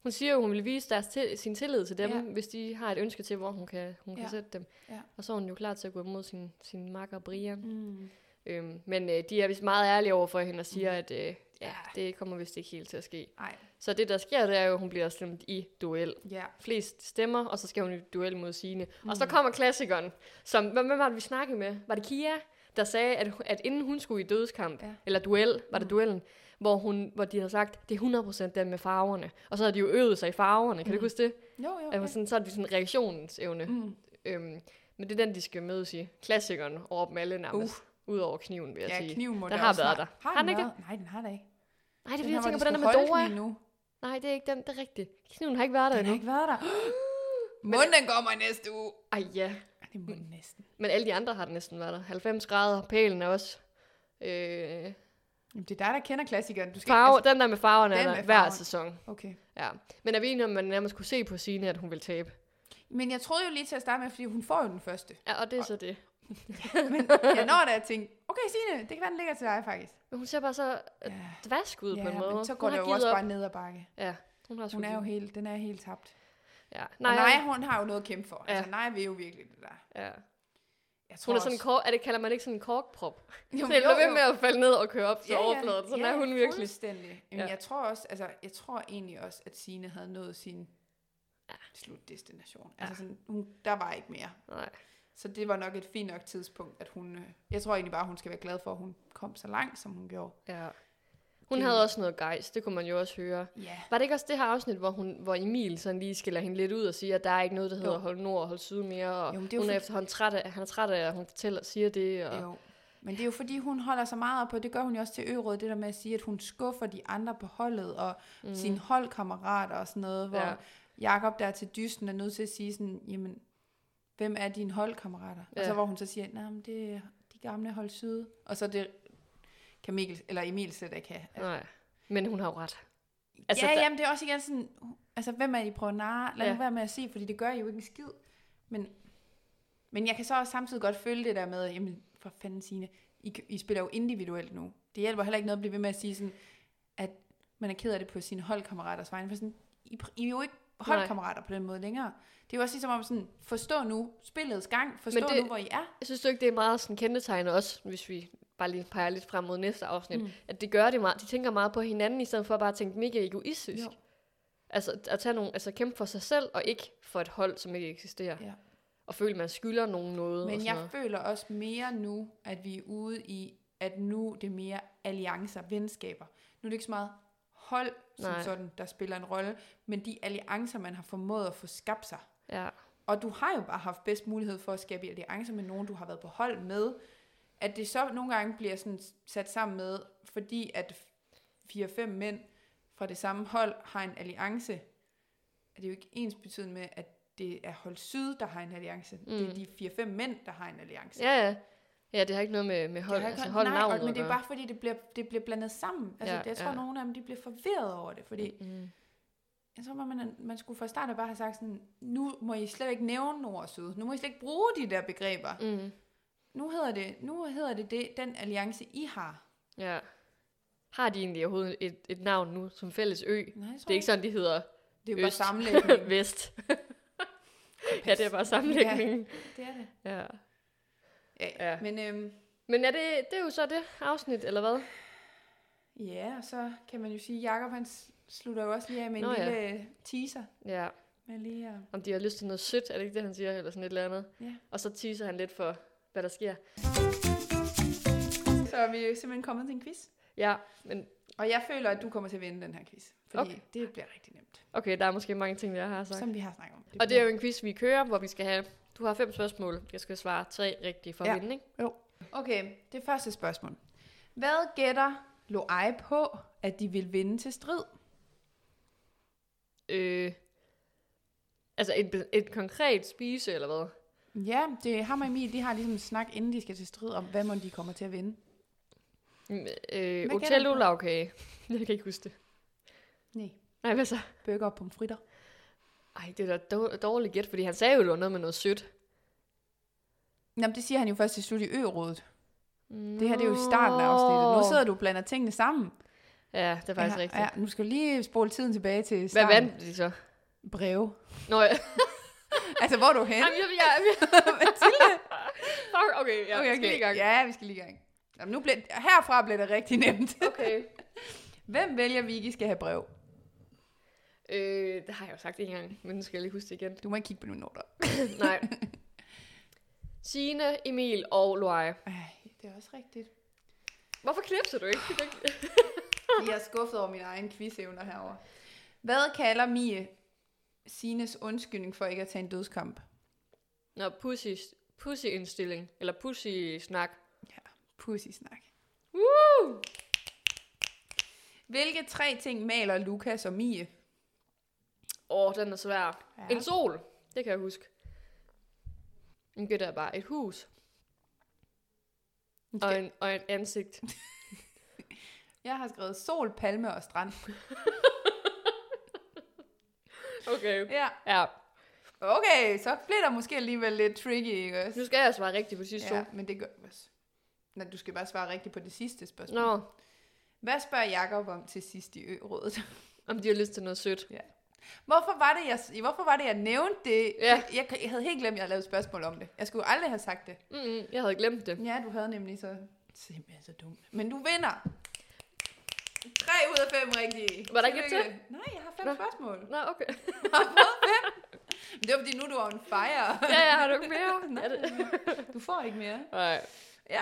A: Hun siger jo, hun vil vise deres til, sin tillid til dem, ja.
B: Ja.
A: hvis de har et ønske til, hvor hun kan, hun ja. kan
B: Ja.
A: sætte dem.
B: Ja.
A: Og så er hun jo klar til at gå imod sin, sin makker Brian. Mm.
B: mm.
A: Øhm, men øh, de er vist meget ærlige over for hende og siger, mm. at øh, ja, ja.
B: Ja.
A: det kommer vist ikke helt til at ske.
B: Ej,
A: Så det, der sker, det er jo, at hun bliver stemt i duel.
B: ja.
A: Flest stemmer, og så skal hun i duel mod sine. Mm. Og så kommer klassikeren, som, hvem hvem var det, vi snakkede med? Var det Kia, der sagde, at, at inden hun skulle i dødskamp, ja. Mm.
B: Ja.
A: eller duel, var det duelen, hvor, hun, hvor de havde sagt, det er 100% den med farverne. Og så havde de jo øvet sig i farverne, kan mm. du huske det?
B: Jo, jo.
A: Okay.
B: ja.
A: Altså, sådan, så er det sådan reaktionsevne. Mm.
B: Mm.
A: Øhm, men det er den, de skal mødes i. Klassikeren over dem alle nærmest. Uh. Udover kniven, vil jeg
B: Ja,
A: sige.
B: kniven må
A: Den
B: da
A: har
B: også
A: været
B: snart-
A: der.
B: Har
A: Har
B: den,
A: den ikke
B: været? Nej, den har da ikke.
A: Nej, det er fordi,
B: her,
A: jeg
B: hvor
A: tænker
B: de
A: på den der
B: skal
A: med
B: holde
A: Dora.
B: den endnu.
A: Nej, det er ikke den, det er rigtigt. Kniven har ikke været der
B: Den har
A: endnu.
B: ikke
A: (gasps)
B: været der. Munden den kommer i næste uge.
A: Ej, ja.
B: Ej, det må den næsten.
A: Men alle de andre har den næsten været der. 90 grader, pælen er også. Øh,
B: Jamen, det er dig, der kender klassikeren. Du skal
A: farve, den der med farverne er
B: altså, den
A: der
B: med
A: hver
B: farven.
A: sæson.
B: Altså, okay.
A: Ja. Men er vi enige om, at man nærmest kunne se på sine, at hun ville tabe?
B: Men jeg troede jo lige til at starte med, fordi hun får jo den første.
A: Ja, og det er så det.
B: Men jeg når da at tænke, okay Signe, det kan være, den ligger til dig faktisk.
A: Men hun ser bare så øh,
B: Ja,
A: dvask ud på en måde.
B: men så
A: Hun
B: går
A: har
B: det jo
A: givet
B: også
A: op.
B: bare ned ad bakke.
A: Ja, hun har sgu
B: Hun er jo
A: givet-
B: helt, den er helt tabt.
A: Ja.
B: Nej,
A: Nej,
B: nej, hun har jo noget at kæmpe for.
A: Ja.
B: Altså, nej, vil jo virkelig det der.
A: ja.
B: Jeg tror
A: Hun er sådan en
B: også-
A: kork, er det, kalder man ikke sådan en korkprop?
B: (laughs)
A: Så
B: Jo,
A: jeg bliver
B: jo,
A: ved
B: jo.
A: med at falde ned og køre op til ja, overfladen. Sådan ja, er hun virkelig.
B: Fuldstændig. Men
A: Ja.
B: ja. jeg tror også, altså, jeg tror egentlig også, at Sine havde nået sin ja. slutdestination. Altså,
A: Ja.
B: sådan, hun, der var ikke mere.
A: Nej.
B: Så det var nok et fint nok tidspunkt, at hun... øh, Jeg tror egentlig bare, hun skal være glad for, at hun kom så langt, som hun gjorde.
A: Ja. Hun
B: Det-
A: havde også noget gejst, det kunne man jo også høre.
B: Ja.
A: Var det ikke også det her afsnit, hvor, hun, hvor Emil sådan lige skiller hende lidt ud og siger, at der er ikke noget, der hedder
B: Jo.
A: hold nord og hold syd mere, og
B: Jo,
A: jo,
B: men
A: det
B: det er jo
A: hun er
B: fordi-
A: efterhånden træt af, han er træt af, at hun fortæller og siger det. Og,
B: Jo. Men det er jo fordi, hun holder så meget op på, det gør hun jo også til ørådet, det der med at sige, at hun skuffer de andre på holdet, og mm. sine holdkammerater og sådan noget, hvor
A: Ja.
B: ja. Jakob der er til dysten er nødt til at sige sådan, jamen, hvem er dine holdkammerater? Ja. Og
A: Ja.
B: så hvor hun så siger, nej, men det er de gamle hold syd. Og så det kan Mikkel, eller Emil slet ikke have.
A: Nej. Men hun har jo ret.
B: Altså, ja,
A: der-
B: jamen det er også igen sådan, altså hvem er I prøver at narre? Lad ja.
A: Ja.
B: nu være med at se, fordi det gør I jo ikke en skid. Men, men jeg kan så også samtidig godt føle det der med, jamen for fanden Signe, I, k- I spiller jo individuelt nu. Det hjælper heller ikke noget at blive ved med at sige sådan, at man er ked af det på sine holdkammeraters vegne. For sådan, I, pr- I er jo ikke
A: Nej.
B: holdkammerater på den måde længere. Det er jo også ligesom om sådan, forstå nu spillets gang, forstå
A: det-
B: nu, hvor I er.
A: Jeg synes du ikke, det er meget sådan kendetegnet også, hvis vi bare lige peger lidt frem mod næste afsnit, mm. at det gør det meget. De tænker meget på hinanden, i stedet for bare at tænke mega egoistisk.
B: Jo.
A: Altså at tage nogle, altså kæmpe for sig selv, og ikke for et hold, som ikke eksisterer.
B: Ja.
A: Og føle, man skylder nogen noget. og
B: Men
A: sådan
B: jeg
A: noget.
B: føler også mere nu, at vi er ude i, at nu det er mere alliancer, venskaber. Nu er det ikke så meget hold som
A: Nej.
B: sådan, der spiller en rolle, men de alliancer, man har formået at få skabt sig.
A: Ja.
B: Og du har jo bare haft bedst mulighed for at skabe alliancer med nogen, du har været på hold med. At det så nogle gange bliver sådan sat sammen med, fordi at fire-fem mænd fra det samme hold har en alliance, er det jo ikke ens betydende med, at det er hold syd, der har en alliance. Mm. Det er
A: Mm.
B: de fire-fem mænd, der har en alliance.
A: ja, ja. Ja, det har ikke noget med, med hold,
B: har ikke
A: altså
B: hørt-
A: hold
B: nej,
A: navnet
B: og, men det er bare fordi, det bliver, det bliver blandet sammen. Altså,
A: Ja,
B: ja, jeg tror,
A: ja.
B: ja. nogle af dem de bliver forvirret over det, fordi
A: Mm.
B: jeg tror, bare, man, man skulle fra starten af bare have sagt sådan, nu må I slet ikke nævne nord og syd. Nu må I slet ikke bruge de der begreber.
A: Mm.
B: Nu hedder det, nu hedder det, det den alliance, I har.
A: Ja. Har de egentlig overhovedet et, et navn nu som fælles ø?
B: Nej, jeg tror
A: Det er ikke sådan, de hedder (laughs)
B: Det er jo bare
A: øst.
B: sammenlægning.
A: vest. (laughs) ja, det er bare sammenlægningen.
B: det er det.
A: Ja. ja.
B: Ja,
A: Ja.
B: ja. Men øhm,
A: Men er det, det er jo så det afsnit, eller hvad?
B: ja, og så kan man jo sige, Jakob han s- slutter jo også lige af med en
A: Nå,
B: Nå,
A: ja.
B: lille ja. teaser.
A: Ja.
B: Med lige at...
A: Om de har lyst til noget sødt, er det ikke det, han siger, eller sådan et eller andet?
B: Ja.
A: Og så teaser han lidt for, hvad der sker.
B: Så er vi jo simpelthen kommet til en quiz.
A: Ja, men
B: Og jeg føler, at du kommer til at vinde den her quiz. Fordi
A: Okay.
B: okay. det bliver rigtig nemt.
A: okay, der er måske mange ting, jeg har sagt.
B: Som vi har snakket om.
A: Og det er jo en quiz, vi kører, hvor vi skal have... Du har fem spørgsmål. Jeg skal svare tre rigtige for ja.
B: Ja.
A: at vinde, ikke?
B: Okay, det første spørgsmål. Hvad gætter Loai på, at de vil vinde til strid?
A: Øh, altså et, et konkret spise, eller hvad?
B: Ja, det er ham og Emil, de har ligesom en snak, inden de skal til strid, om hvad må de kommer til at vinde.
A: Mm, Øh,
B: Hvad
A: hotel
B: gælder den på?
A: Olavkage. (laughs) Jeg kan ikke huske det.
B: Nej.
A: Nej, hvad så?
B: Bøger og pomfritter.
A: Ej, det er da dår- dårligt gæt, fordi han sagde jo, det var noget med noget sødt.
B: Nå, men det siger han jo først til slut i ø-rådet. Det her det er jo i starten af afsnittet. Nu sidder du og blander tingene sammen.
A: Ja, det er faktisk ja, rigtigt. Ja.
B: Ja, nu skal du lige spole tiden tilbage til
A: Hvad
B: starten.
A: vandt de så?
B: Breve.
A: Nå, ja.
B: Altså, hvor er du hen?
A: Jamen, jeg, jeg, jeg, fuck, okay, ja, okay,
B: (laughs)
A: okay. skal lige i gang.
B: Ja, vi skal lige i gang. Jamen, nu bliver, herfra bliver det rigtig nemt. (laughs)
A: Okay.
B: Hvem vælger, vi ikke skal have brev?
A: Øh, det har jeg jo sagt en gang, men nu skal jeg lige huske det igen.
B: Du må ikke kigge på mine noter. (laughs)
A: Nej. Signe, Emil og Loire.
B: Ej, det er også rigtigt.
A: Hvorfor knipser du ikke? Det er ikke-
B: Jeg er skuffet over mine egne quizevner herover. Hvad kalder Mie Sines undskyldning for ikke at tage en dødskamp?
A: Nå, pussy, pussy-indstilling. Eller pussy-snak.
B: Pussy-snak.
A: Woo!
B: Hvilke tre ting maler Lukas og Mie?
A: Åh, oh, den er svær.
B: Ja.
A: En sol, det kan jeg huske. Nu gætter jeg bare et hus og en, og en ansigt.
B: Jeg har skrevet sol, palme og strand.
A: (laughs) Okay.
B: (laughs) Ja.
A: Ja,
B: Okay, så bliver der måske alligevel lidt tricky, ikke også?
A: nu skal jeg svare rigtigt på sidste ja.
B: Ja,
A: to.
B: men det gør vi også. Nej, du skal bare svare rigtigt på det sidste spørgsmål.
A: Nå,
B: Hvad spørger Jakob om til sidst i ø-rådet? (laughs)
A: om de har lyst til noget sødt.
B: Hvorfor var det, jeg, hvorfor var det, jeg nævnte det?
A: Ja.
B: Jeg, jeg havde helt glemt, at jeg lavede et spørgsmål om det. Jeg skulle aldrig have sagt det.
A: Mm-mm, jeg havde glemt det.
B: Ja, du havde nemlig så... Simpelthen så dumt. Men du vinder! 3 ud af 5 rigtige.
A: Var der ikke et
B: Tillykke. Nej, jeg har fem
A: Nå.
B: spørgsmål.
A: Nå, okay.
B: Men det var fordi, nu er du on fire.
A: (laughs) Ja, ja, har du ikke (laughs) mere?
B: (laughs) Nej.
A: Er det?
B: Du får ikke mere.
A: Nej.
B: Ja.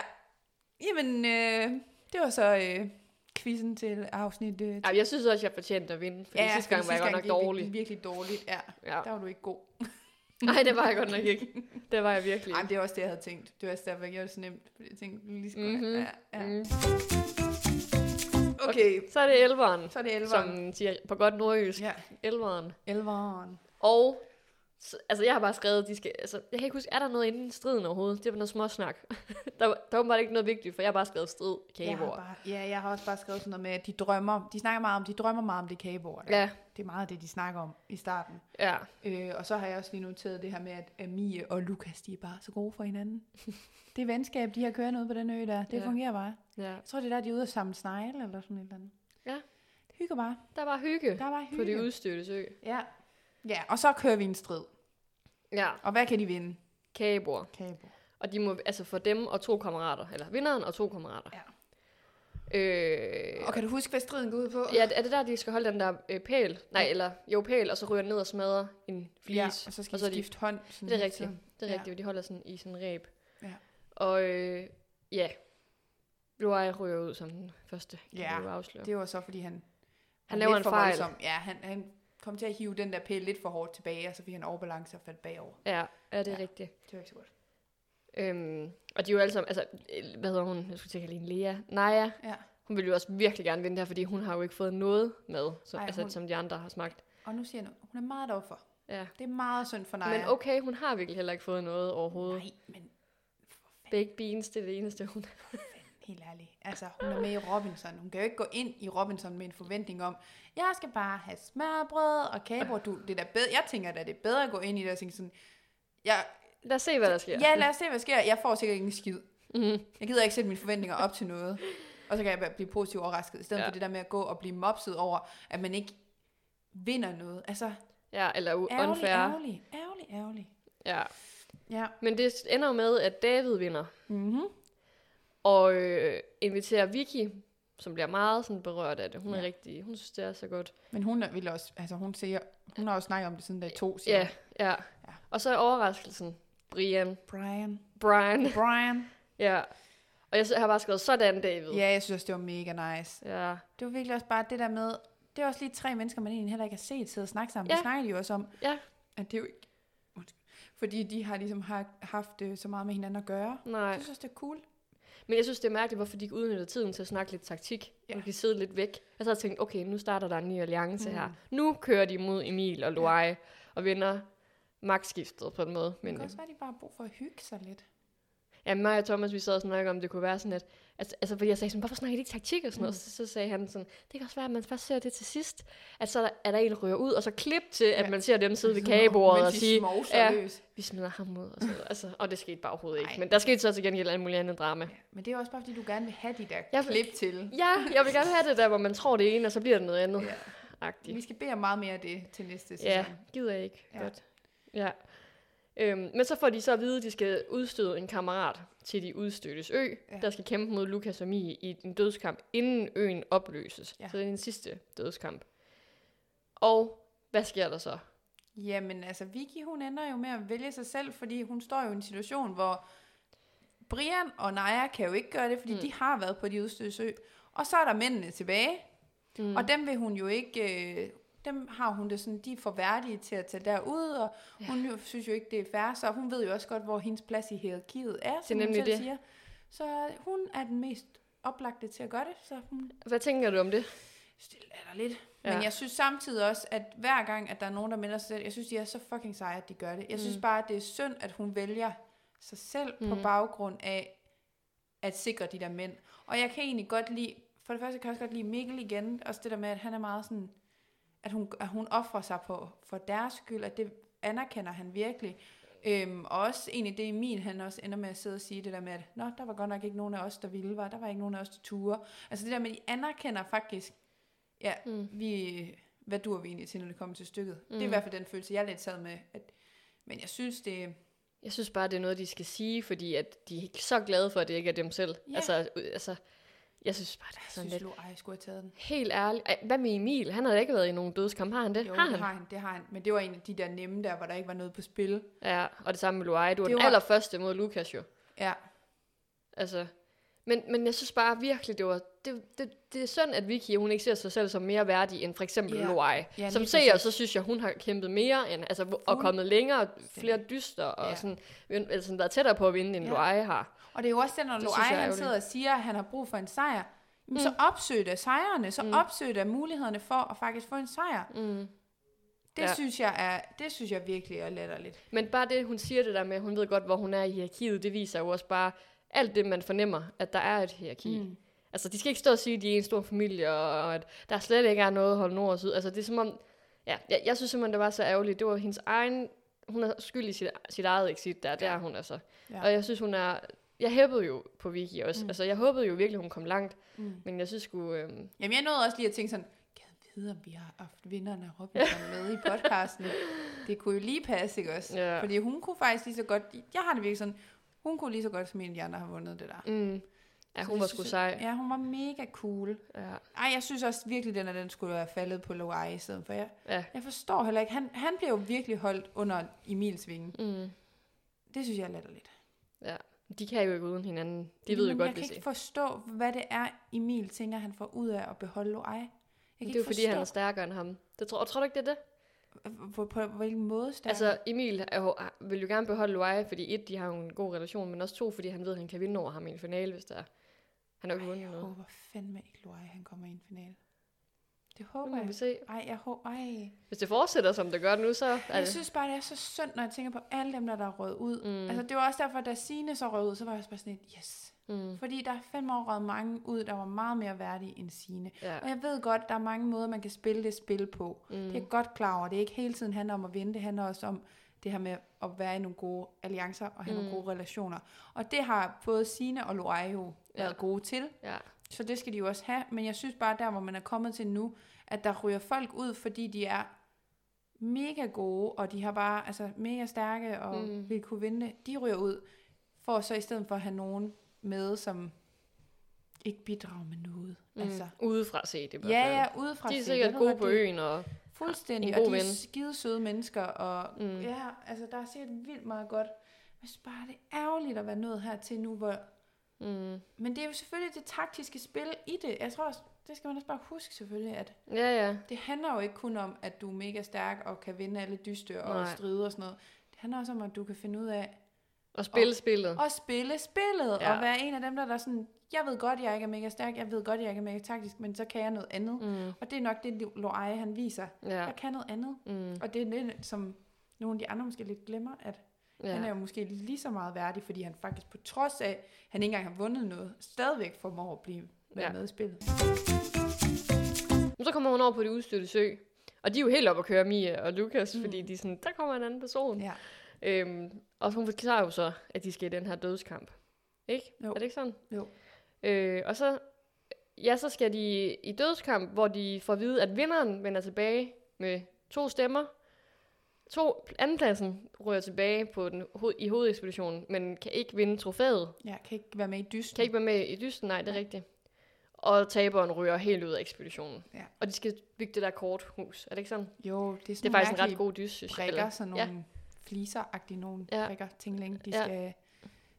B: Jamen, øh, det var så øh, quizzen til afsnit... Øh,
A: Ej, jeg synes også, jeg fortjente at vinde, for ja, sidste
B: fordi
A: gang var jeg godt nok
B: gik vi
A: dårlig. (laughs)
B: Virkelig dårligt, ja.
A: Ja.
B: Der var du ikke god.
A: Nej, det var jeg godt nok ikke. Det var jeg virkelig
B: Ej, men
A: ikke.
B: det er også det, jeg havde tænkt. Det var også derfor, jeg gjorde det så nemt. Fordi jeg tænkte, lige så
A: Mhm.
B: ja, ja.
A: Mm.
B: Okay,
A: Så er det elveren,
B: så er det elveren.
A: som siger på godt nordjysk.
B: Ja,
A: Elveren.
B: elveren.
A: Og, s- altså jeg har bare skrevet, de skal, altså, jeg kan ikke huske, er der noget inden striden overhovedet? Det var noget småsnak. (laughs) der, var- der var bare ikke noget vigtigt, for jeg har bare skrevet strid,
B: Jeg har
A: kagebord.
B: bare, ja, jeg har også bare skrevet sådan noget med, at de drømmer. De snakker meget om, de drømmer meget om det kagebord.
A: Ja,
B: Det er meget det, de snakker om i starten.
A: ja.
B: Øh, og så har jeg også lige noteret det her med, at at Mie og Lukas, de er bare så gode for
A: (laughs)
B: hinanden. det venskab, de har kørende ude på den ø der, det
A: Ja.
B: ja. fungerer bare.
A: ja.
B: Jeg tror, det er der, de er ude og samle snegle eller sådan et eller andet.
A: Ja.
B: Hygger bare.
A: Der var hygge
B: Der er bare
A: på det
B: hygge.
A: udstødte sø.
B: ja. ja, og så kører vi en strid.
A: Ja,
B: Og hvad kan de vinde?
A: kagebord.
B: Kabel.
A: Og de må, altså for dem og to kammerater, eller vinderen og to kammerater.
B: Ja.
A: Øh,
B: Og kan du huske, hvad striden går ud på?
A: Ja, er det der, de skal holde den der øh, pæl? Nej,
B: Ja.
A: eller jo, pæl, og så ryger den ned og smadrer en flis.
B: ja og så skal
A: og
B: og
A: så
B: så
A: er
B: de
A: de-
B: skifte hånd. Sådan
A: Det er
B: hele
A: rigtigt.
B: tiden.
A: Det er
B: Ja.
A: rigtigt, ja. de holder sådan i sådan en ræb.
B: Ja.
A: Og øh, ja, Luai ryger ud som den første, kan
B: Ja,
A: ja. jo afsløre.
B: Det var så, fordi han...
A: Han laver
B: lidt
A: en
B: for
A: fejl.
B: voldsom. Ja, han, han kom til at hive den der pæl lidt for hårdt tilbage, og så fik han overbalance og faldt bagover.
A: Ja, ja, det er ja.
B: Ja.
A: rigtigt.
B: Det var ikke så godt.
A: Øhm, og de er jo alle sammen, altså, øh, hvad hedder hun? Jeg skulle til at kalde hende Lea. Naja,
B: Ja.
A: hun ville jo også virkelig gerne vinde det her, fordi hun har jo ikke fået noget med, som,
B: Ej,
A: altså,
B: hun-
A: som de andre har smagt.
B: Og nu siger jeg noget. Hun er meget offer.
A: Ja.
B: Det er meget synd for Naja.
A: Men okay, hun har virkelig heller ikke fået noget overhovedet.
B: Nej, men for fanden,
A: Baked beans, det er det eneste, hun
B: helt ærligt. Altså, hun er med i Robinson. Hun kan jo ikke gå ind i Robinson med en forventning om, jeg skal bare have smørbrød og kagebord. Du, det er da bedre. Jeg tænker da, det er bedre at gå ind i det og tænke sådan, jeg,
A: Lad os se, hvad der sker.
B: ja, lad os se, hvad sker. Jeg får sikkert ikke en skid.
A: Mm-hmm.
B: Jeg gider ikke sætte mine forventninger op til noget. Og så kan jeg bare blive positivt overrasket, i stedet
A: Ja.
B: ja. for det der med at gå og blive mopset over, at man ikke vinder noget. Altså,
A: Ja, eller u-
B: ærgerlig,
A: unfair.
B: ærgerlig, ærgerlig, ærgerlig.
A: Ja.
B: Ja.
A: Men det ender jo med, at David vinder
B: Mm-hmm.
A: og øh, inviterer Vicky, som bliver meget sådan berørt af det. Hun er
B: Ja.
A: rigtig, hun synes, det er så godt.
B: Men hun er, vil også, altså hun, siger, hun har også snakket om det siden dag to, siger
A: Ja, ja. ja. Og så er overraskelsen, Brian.
B: Brian.
A: Brian,
B: Brian.
A: ja. Og jeg har bare skrevet, sådan David.
B: Ja, jeg synes også, det var mega nice.
A: Ja,
B: Det var virkelig også bare det der med, det er også lige tre mennesker, man egentlig heller ikke har set sidde og snakke sammen. Ja.
A: Ja.
B: Det snakker de jo også om.
A: Ja.
B: At det er jo ikke... Undskyld. Fordi de har ligesom har haft øh, så meget med hinanden at gøre.
A: nej.
B: Jeg synes også, det er cool.
A: Men jeg synes, det er mærkeligt, hvorfor de ikke udnytter tiden til at snakke lidt taktik. Ja.
B: Ja.
A: Nu kan de sidde lidt væk. Jeg så havde tænkt, okay, nu starter der en ny alliance mm. her. Nu kører de mod Emil og Loai ja. og vinder magtskiftet på en måde.
B: Men det
A: Men,
B: kan også være, at de bare har brug for at hygge sig lidt.
A: Ja, mig og Thomas, vi sad og snakkede om, det kunne være sådan, at... Altså, altså fordi jeg sagde sådan, hvorfor snakker de ikke taktik og sådan noget? Så, så sagde han sådan, det kan også være, at man først ser det til sidst. At så er der- er der en ryger ud, og så klip til, at
B: Ja.
A: man ser dem sidde ved kagebordet og
B: Mens de
A: sige,
B: smovser
A: ja.
B: løs.
A: vi smider ham ud. Og, sådan noget. altså, og det skete bare overhovedet ikke.
B: Nej.
A: Men der skete så til gengæld alt muligt andet drama.
B: Ja, men det er også bare, fordi du gerne vil have de der
A: Jeg
B: jeg
A: vil-
B: klip til.
A: Ja, jeg vil gerne have det der, hvor man tror det ene, og så bliver det noget andet.
B: Ja.
A: Agtigt.
B: Vi skal bede om meget mere af det til næste sæson.
A: Ja, gider jeg ikke. Ja.
B: Ja.
A: Godt. Ja. Øhm, men så får de så at vide, at de skal udstøde en kammerat til de udstøttes ø, ja.
B: Ja.
A: der skal kæmpe mod Lukas og Mie i en dødskamp, inden øen opløses. Ja.
B: Ja.
A: Så det er den sidste dødskamp. Og hvad sker der så?
B: Jamen altså, Vicky hun ender jo med at vælge sig selv, fordi hun står jo i en situation, hvor Brian og Naja kan jo ikke gøre det, fordi
A: Mm.
B: mm. de har været på de udstødte sø. Og så er der mændene tilbage,
A: Mm.
B: mm. og dem vil hun jo ikke... Øh, dem har hun det sådan, de er for værdige til at tage derud, og
A: Ja.
B: ja. hun jo, synes jo ikke, det er fair, så hun ved jo også godt, hvor hendes plads i hierarkiet er, som hun
A: nemlig
B: selv
A: det.
B: siger. Så hun er den mest oplagte til at gøre det, så hun
A: Hvad tænker du om det?
B: stille er der lidt.
A: Ja.
B: Men jeg synes samtidig også, at hver gang, at der er nogen, der melder sig selv, jeg synes, de er så fucking seje, at de gør det. Jeg synes
A: Mm.
B: bare, at det er synd, at hun vælger sig selv mm. på
A: Mm.
B: baggrund af at sikre de der mænd. Og jeg kan egentlig godt lide, for det første kan jeg også godt lide Mikkel igen, også det der med, at han er meget sådan, at hun, at hun offrer sig på, for deres skyld, at det anerkender han virkelig. Øhm, og også egentlig det Emil, han også ender med at sidde og sige det der med, at Nå, der var godt nok ikke nogen af os, der ville, var. der var ikke nogen af os, der ture. Altså det der med, at de anerkender faktisk, ja,
A: Mm.
B: vi, hvad dur vi egentlig til, når det kommer til stykket. Mm. Det er
A: Mm.
B: i hvert fald den følelse, jeg lidt sad med. At, men jeg synes, det
A: Jeg synes bare, det er noget, de skal sige, fordi at de er ikke så glade for, at det ikke er dem selv.
B: Ja.
A: Altså, øh, altså, jeg synes bare, det er
B: jeg
A: sådan
B: synes,
A: lidt...
B: Lo, ej, jeg skulle have taget den.
A: Helt ærligt. Ej, Hvad med Emil? Han har da ikke været i nogen dødskamp. Har han det?
B: Jo,
A: har
B: det
A: han?
B: har han, det har han. Men det var en af de der nemme der, hvor der ikke var noget på spil.
A: Ja, og det samme med Luai. Du var
B: Det
A: den
B: var-
A: allerførste mod Lukas jo.
B: Ja,
A: Altså, men, men jeg synes bare virkelig, det var det, det, det er synd, at Vicky, hun ikke ser sig selv som mere værdig end for eksempel
B: Ja.
A: yeah. Loai.
B: Ja,
A: som
B: lige
A: ser,
B: præcis.
A: så synes jeg, hun har kæmpet mere, end, altså, hvor- og
B: Fuld-
A: kommet længere, flere dyster, og
B: Ja.
A: sådan, vind- altså, sådan, været tættere på at vinde, end
B: Ja.
A: yeah. Loai har.
B: Og det er jo også det, når
A: Det
B: Loai
A: synes jeg er
B: han
A: ærgerligt.
B: sidder og siger, at han har brug for en sejr, mm. så opsøg af sejrene, så mm. opsøg af mulighederne for at faktisk få en sejr.
A: Mm.
B: Det,
A: Ja.
B: ja. synes, jeg er, det synes jeg virkelig er latterligt.
A: Men bare det, hun siger det der med, at hun ved godt, hvor hun er i hierarkiet, det viser jo også bare alt det, man fornemmer, at der er et hierarki. Mm. Altså, de skal ikke stå og sige, at de er en stor familie, og og at der slet ikke er noget hold nord og syd. Altså, det er som om... Ja, jeg, jeg synes simpelthen, det var så ærgerligt. Det var hendes egen... Hun er skyld i sit, sit eget exit der. Ja. Det
B: Ja.
A: er hun altså.
B: Ja.
A: Ja. Og jeg synes, hun er... Jeg hæppede jo på Vicky også.
B: Mm.
A: Mm. Altså, jeg håbede jo virkelig, hun kom langt.
B: Mm.
A: Mm. Men jeg synes sgu... Øhm,
B: Jamen, jeg nåede også lige at tænke sådan, kan jeg vide, om vi har haft vinderne
A: (laughs)
B: af Robinson med i podcasten? Det kunne jo lige passe, ikke også?
A: Ja.
B: Fordi hun kunne faktisk lige så godt, jeg har det virkelig sådan, hun kunne lige så godt som en af de andre har vundet det der.
A: mm, ja,
B: Så
A: hun
B: det
A: var sgu
B: synes jeg-
A: sej.
B: Ja, hun var mega cool.
A: Ja.
B: Ej, jeg synes også virkelig, den, at den skulle være faldet på Loai i stedet for. Jeg,
A: Ja.
B: jeg forstår heller ikke. Han, han blev jo virkelig holdt under Emils vinge.
A: Mm,
B: Det synes jeg er latterligt.
A: ja. De kan jo ikke uden hinanden. De ved jo
B: Men
A: godt,
B: Jeg kan
A: hvis
B: ikke
A: ikke.
B: forstå, hvad det er, Emil tænker, han får ud af at beholde Loai. Jeg kan
A: Det er
B: ikke
A: jo fordi, han er
B: forstå,
A: stærkere end ham. Det tror, og tror du ikke, det er det?
B: han... på, på, hvilken måde stærk.
A: Altså, Emil er jo, ah, vil jo gerne beholde Luai, fordi et, de har jo en god relation, men også to, fordi han ved, at han kan vinde over ham i en finale, hvis der er. Han har jo ikke
B: Ej,
A: vundet
B: jeg
A: noget.
B: håber fandme ikke, Loai han kommer i en finale. Det
A: Nu
B: håber
A: må Mm, vi
B: jeg.
A: se.
B: Ej, jeg håber... Ej.
A: Hvis det fortsætter, som det gør nu, så er
B: Jeg
A: det...
B: synes bare, det er så synd, når jeg tænker på alle dem, der, der er røget ud.
A: Mm.
B: Mm. Altså, det var også derfor, da Signe så røget ud, så var jeg også bare sådan et, yes.
A: Mm,
B: Fordi der er fandme røget mange ud, der var meget mere værdige end Signe.
A: ja.
B: Og jeg ved godt, der er mange måder, man kan spille det spil på. Mm. Det er
A: Mm,
B: jeg godt klar over. Det er ikke hele tiden handler om at vinde. Det handler også om det her med at være i nogle gode alliancer og have mm.
A: Mm.
B: nogle gode relationer. Og det har både Signe og Loai jo været
A: Ja.
B: gode til.
A: ja.
B: Så det skal de jo også have. Men jeg synes bare, der hvor man er kommet til nu, at der ryger folk ud, fordi de er mega gode, og de har bare altså, mega stærke og
A: Mm.
B: mm. vil kunne vinde. det. De ryger ud, for så i stedet for at have nogen med, som ikke bidrager med noget.
A: Mm.
B: Mm. Altså,
A: Udefra set i hvert fald.
B: ja, ja, udefra
A: De er
B: set,
A: sikkert
B: ved du
A: gode
B: hvad,
A: på
B: det er
A: øen, og en
B: Fuldstændig,
A: god
B: og de
A: ven.
B: er skide søde mennesker, og
A: Mm.
B: mm. ja, altså der er sikkert vildt meget godt. Men jeg synes bare, det er ærgerligt at være nået hertil nu, hvor
A: mm,
B: men det er jo selvfølgelig det taktiske spil i det. Jeg tror også, det skal man også bare huske selvfølgelig, at
A: ja, ja.
B: det handler jo ikke kun om, at du er mega stærk og kan vinde alle dyste og
A: Nej.
B: Nej. stride og sådan noget. Det handler også om, at du kan finde ud af
A: Og spille spillet.
B: at spille spillet
A: Mm. Ja.
B: ja. og være en af dem, der er sådan, jeg ved godt, jeg ikke er mega stærk, jeg ved godt, jeg ikke er mega taktisk, men så kan jeg noget andet. Mm.
A: Mm,
B: Og det er nok det, Loai han viser. Ja.
A: ja.
B: Jeg kan noget andet.
A: Mm,
B: Og det er det, som nogle af de andre måske lidt glemmer, at ja. han er
A: ja.
B: jo måske lige så meget værdig, fordi han faktisk på trods af, at han ikke engang har vundet noget, stadigvæk formår at blive med,
A: Ja.
B: ja. med i spillet.
A: Men så kommer hun over på det udstødte sø. Og de er jo helt oppe at køre, Mia og
B: Mm.
A: Lukas, fordi de er sådan, der kommer en anden person.
B: Ja.
A: Øhm, og hun forklarer jo så, at de skal i den her dødskamp. Ikke?
B: Jo.
A: Er det ikke sådan?
B: Jo.
A: Øh, og så, ja, så skal de i dødskamp, hvor de får at vide, at vinderen vender tilbage med to stemmer. To, andenpladsen rører tilbage på den, ho- i hovedekspeditionen, men kan ikke vinde trofæet.
B: Jeg kan ikke være med i dysten.
A: Kan ikke være med i dysten, nej, det er rigtigt. Og taberen ryger helt ud af ekspeditionen.
B: Ja.
A: Og de skal bygge det der korthus, er det ikke sådan?
B: Jo, det er
A: Det er
B: sådan
A: faktisk en ret
B: mærkelige
A: god dyst, synes jeg.
B: prikker,
A: Eller-
B: sådan
A: Ja.
B: nogle ja. fliser-agtige nogle
A: Ja.
B: ja. prikker, tingling, de
A: Ja.
B: ja. skal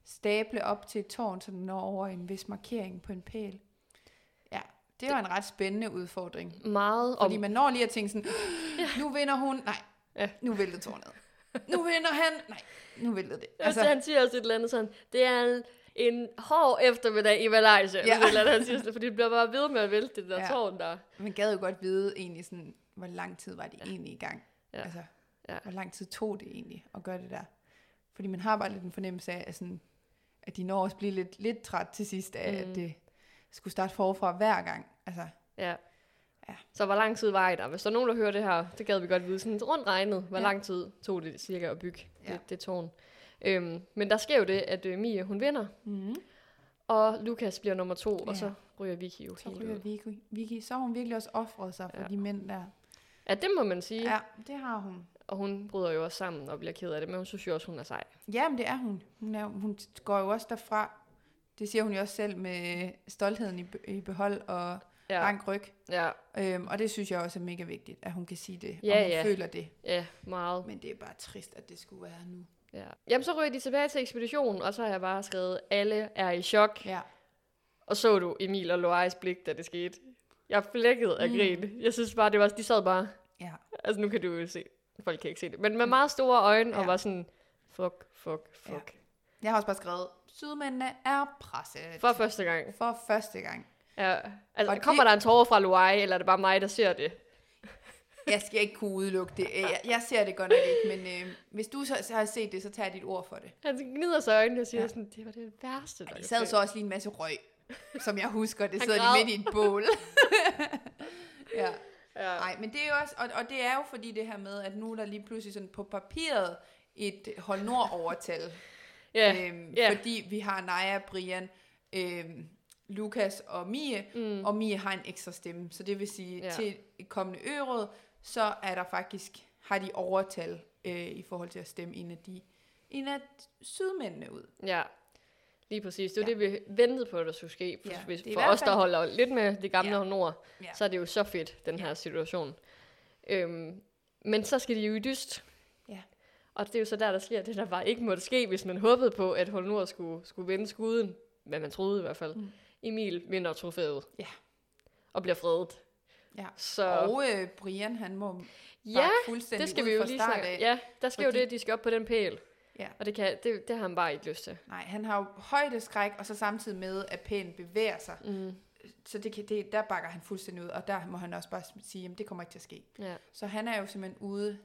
B: stable op til et tårn, så den når over en vis markering på en pæl. Ja, det var en ret spændende udfordring.
A: Meget.
B: Fordi man når lige at tænke sådan, nu vinder hun, nej,
A: Ja.
B: ja. nu væltede tårnet. Nu vinder han, nej, nu væltede det.
A: Altså, han siger også et eller andet sådan, det er en, en hård eftermiddag i Malaysia, ja.
B: Ja.
A: eller (laughs) et eller andet, han siger, sådan, fordi det bliver bare ved med at vælte det der ja.
B: Ja.
A: tårn der.
B: Man gad jo godt vide egentlig sådan, hvor lang tid var det ja. egentlig i gang?
A: Ja.
B: Ja. Altså,
A: Ja.
B: ja. hvor lang tid tog det egentlig at gøre det der? Fordi man har bare lidt en fornemmelse af, at, sådan, at de når også blive lidt, lidt træt til sidst af, mm.
A: Mm.
B: at det skulle starte forfra hver gang. Altså,
A: Ja.
B: Ja.
A: Så hvor lang tid var I der? Hvis der er nogen, der hører det her, det gad vi godt vide. Sådan rundt regnet, hvor ja.
B: Ja.
A: lang tid tog det cirka at bygge ja.
B: Ja.
A: det, det tårn. Øhm, men der sker jo det, at øh, Mia, hun vinder,
B: mm.
A: og Lukas bliver nummer to, ja.
B: Ja.
A: og så ryger Vicky jo
B: så
A: helt
B: ryger
A: ud.
B: Vicky. Vicky. Så har hun virkelig også offret sig for
A: Ja.
B: ja. de mænd der.
A: Ja, det må man sige. Ja.
B: Ja, det har hun.
A: Og hun bryder jo også sammen og bliver ked af det, men hun synes jo også, hun er sej.
B: Jamen, det er hun. Hun, er, hun går jo også derfra. Det siger hun jo også selv med stoltheden i, be- i behold og
A: Ja,
B: rank ryg.
A: ja,
B: Øhm, og det synes jeg også er mega vigtigt, at hun kan sige det,
A: Ja,
B: og hun
A: ja.
B: føler det.
A: ja meget.
B: Men det er bare trist, at det skulle være nu.
A: Ja. Jamen, så ryger de tilbage til ekspeditionen, og så har jeg bare skrevet, alle er i chok.
B: Ja,
A: Og så du Emil og Loais blik, da det skete? Jeg flækkede af
B: Mm.
A: grin. Jeg synes bare, det var, de sad bare...
B: Ja.
A: Altså, nu kan du jo se. Folk kan ikke se det. Men med meget store øjne, ja. og
B: Ja.
A: var sådan... Fuck, fuck, fuck.
B: Jeg har også bare skrevet, sydmændene er presset.
A: For første gang.
B: For første gang.
A: Ja. Altså,
B: Og
A: kommer
B: det-
A: der en tårer fra Loai, eller er det bare mig, der ser det?
B: Jeg skal ikke kunne udelukke det. Øh, Jeg, jeg ser det godt nok ikke, men øh, hvis du så, så har set det, så tager jeg dit ord for det.
A: Han gnider sig i øjnene og siger ja.
B: Ja.
A: sådan, det var det værste, der
B: Og de
A: kan
B: sad
A: ske."
B: så også lige en masse røg, som jeg husker. Det
A: Han
B: sidder
A: græd.
B: de midt i et bål. (laughs) ja.
A: Ja.
B: Nej, men det er jo også, og, og det er jo fordi det her med, at nu er der lige pludselig sådan på papiret et hold nord overtal.
A: Ja.
B: øhm,
A: ja.
B: Fordi vi har Naja, Brian, øhm, Lukas og Mie,
A: Mm.
B: og Mie har en ekstra stemme. Så det vil sige,
A: Ja.
B: ja. til et kommende øråd, så er der faktisk, har de overtal øh, i forhold til at stemme en af de en af sydmændene ud.
A: ja. Lige præcis. Det var ja.
B: Ja.
A: det, vi ventede på, der skulle ske. For,
B: Ja,
A: hvis,
B: det er i
A: for
B: hvert
A: os, der
B: fald-
A: holder lidt med det gamle
B: Ja.
A: ja. nord, ja.
B: Ja.
A: så er det jo så fedt, den her
B: Ja.
A: situation. Øhm, men så skal de jo i dyst.
B: Ja.
A: Og det er jo så der, der sker det, der bare ikke måtte ske, hvis man håbede på, at Hold Nord skulle, skulle vinde skuden. Hvad man troede i hvert fald. Mm.
B: Mm.
A: Emil vinder trofæet.
B: Ja.
A: Og bliver fredet.
B: Ja.
A: Så
B: Og øh, Brian, han må
A: ja,
B: ja, fuldstændig
A: det skal
B: ud
A: vi jo
B: fra
A: lige
B: start
A: snakke
B: af.
A: Ja, der skal fordi...
B: fordi-
A: jo det, de skal op på den pæl.
B: Ja.
A: Og det, kan, det, det har han bare ikke lyst til.
B: Nej, han har jo højdeskræk, og så samtidig med, at pæn bevæger sig.
A: Mm.
B: Så det kan, det, der bakker han fuldstændig ud, og der må han også bare sm- sige, at det kommer ikke til at ske.
A: Ja,
B: Så han er jo simpelthen ude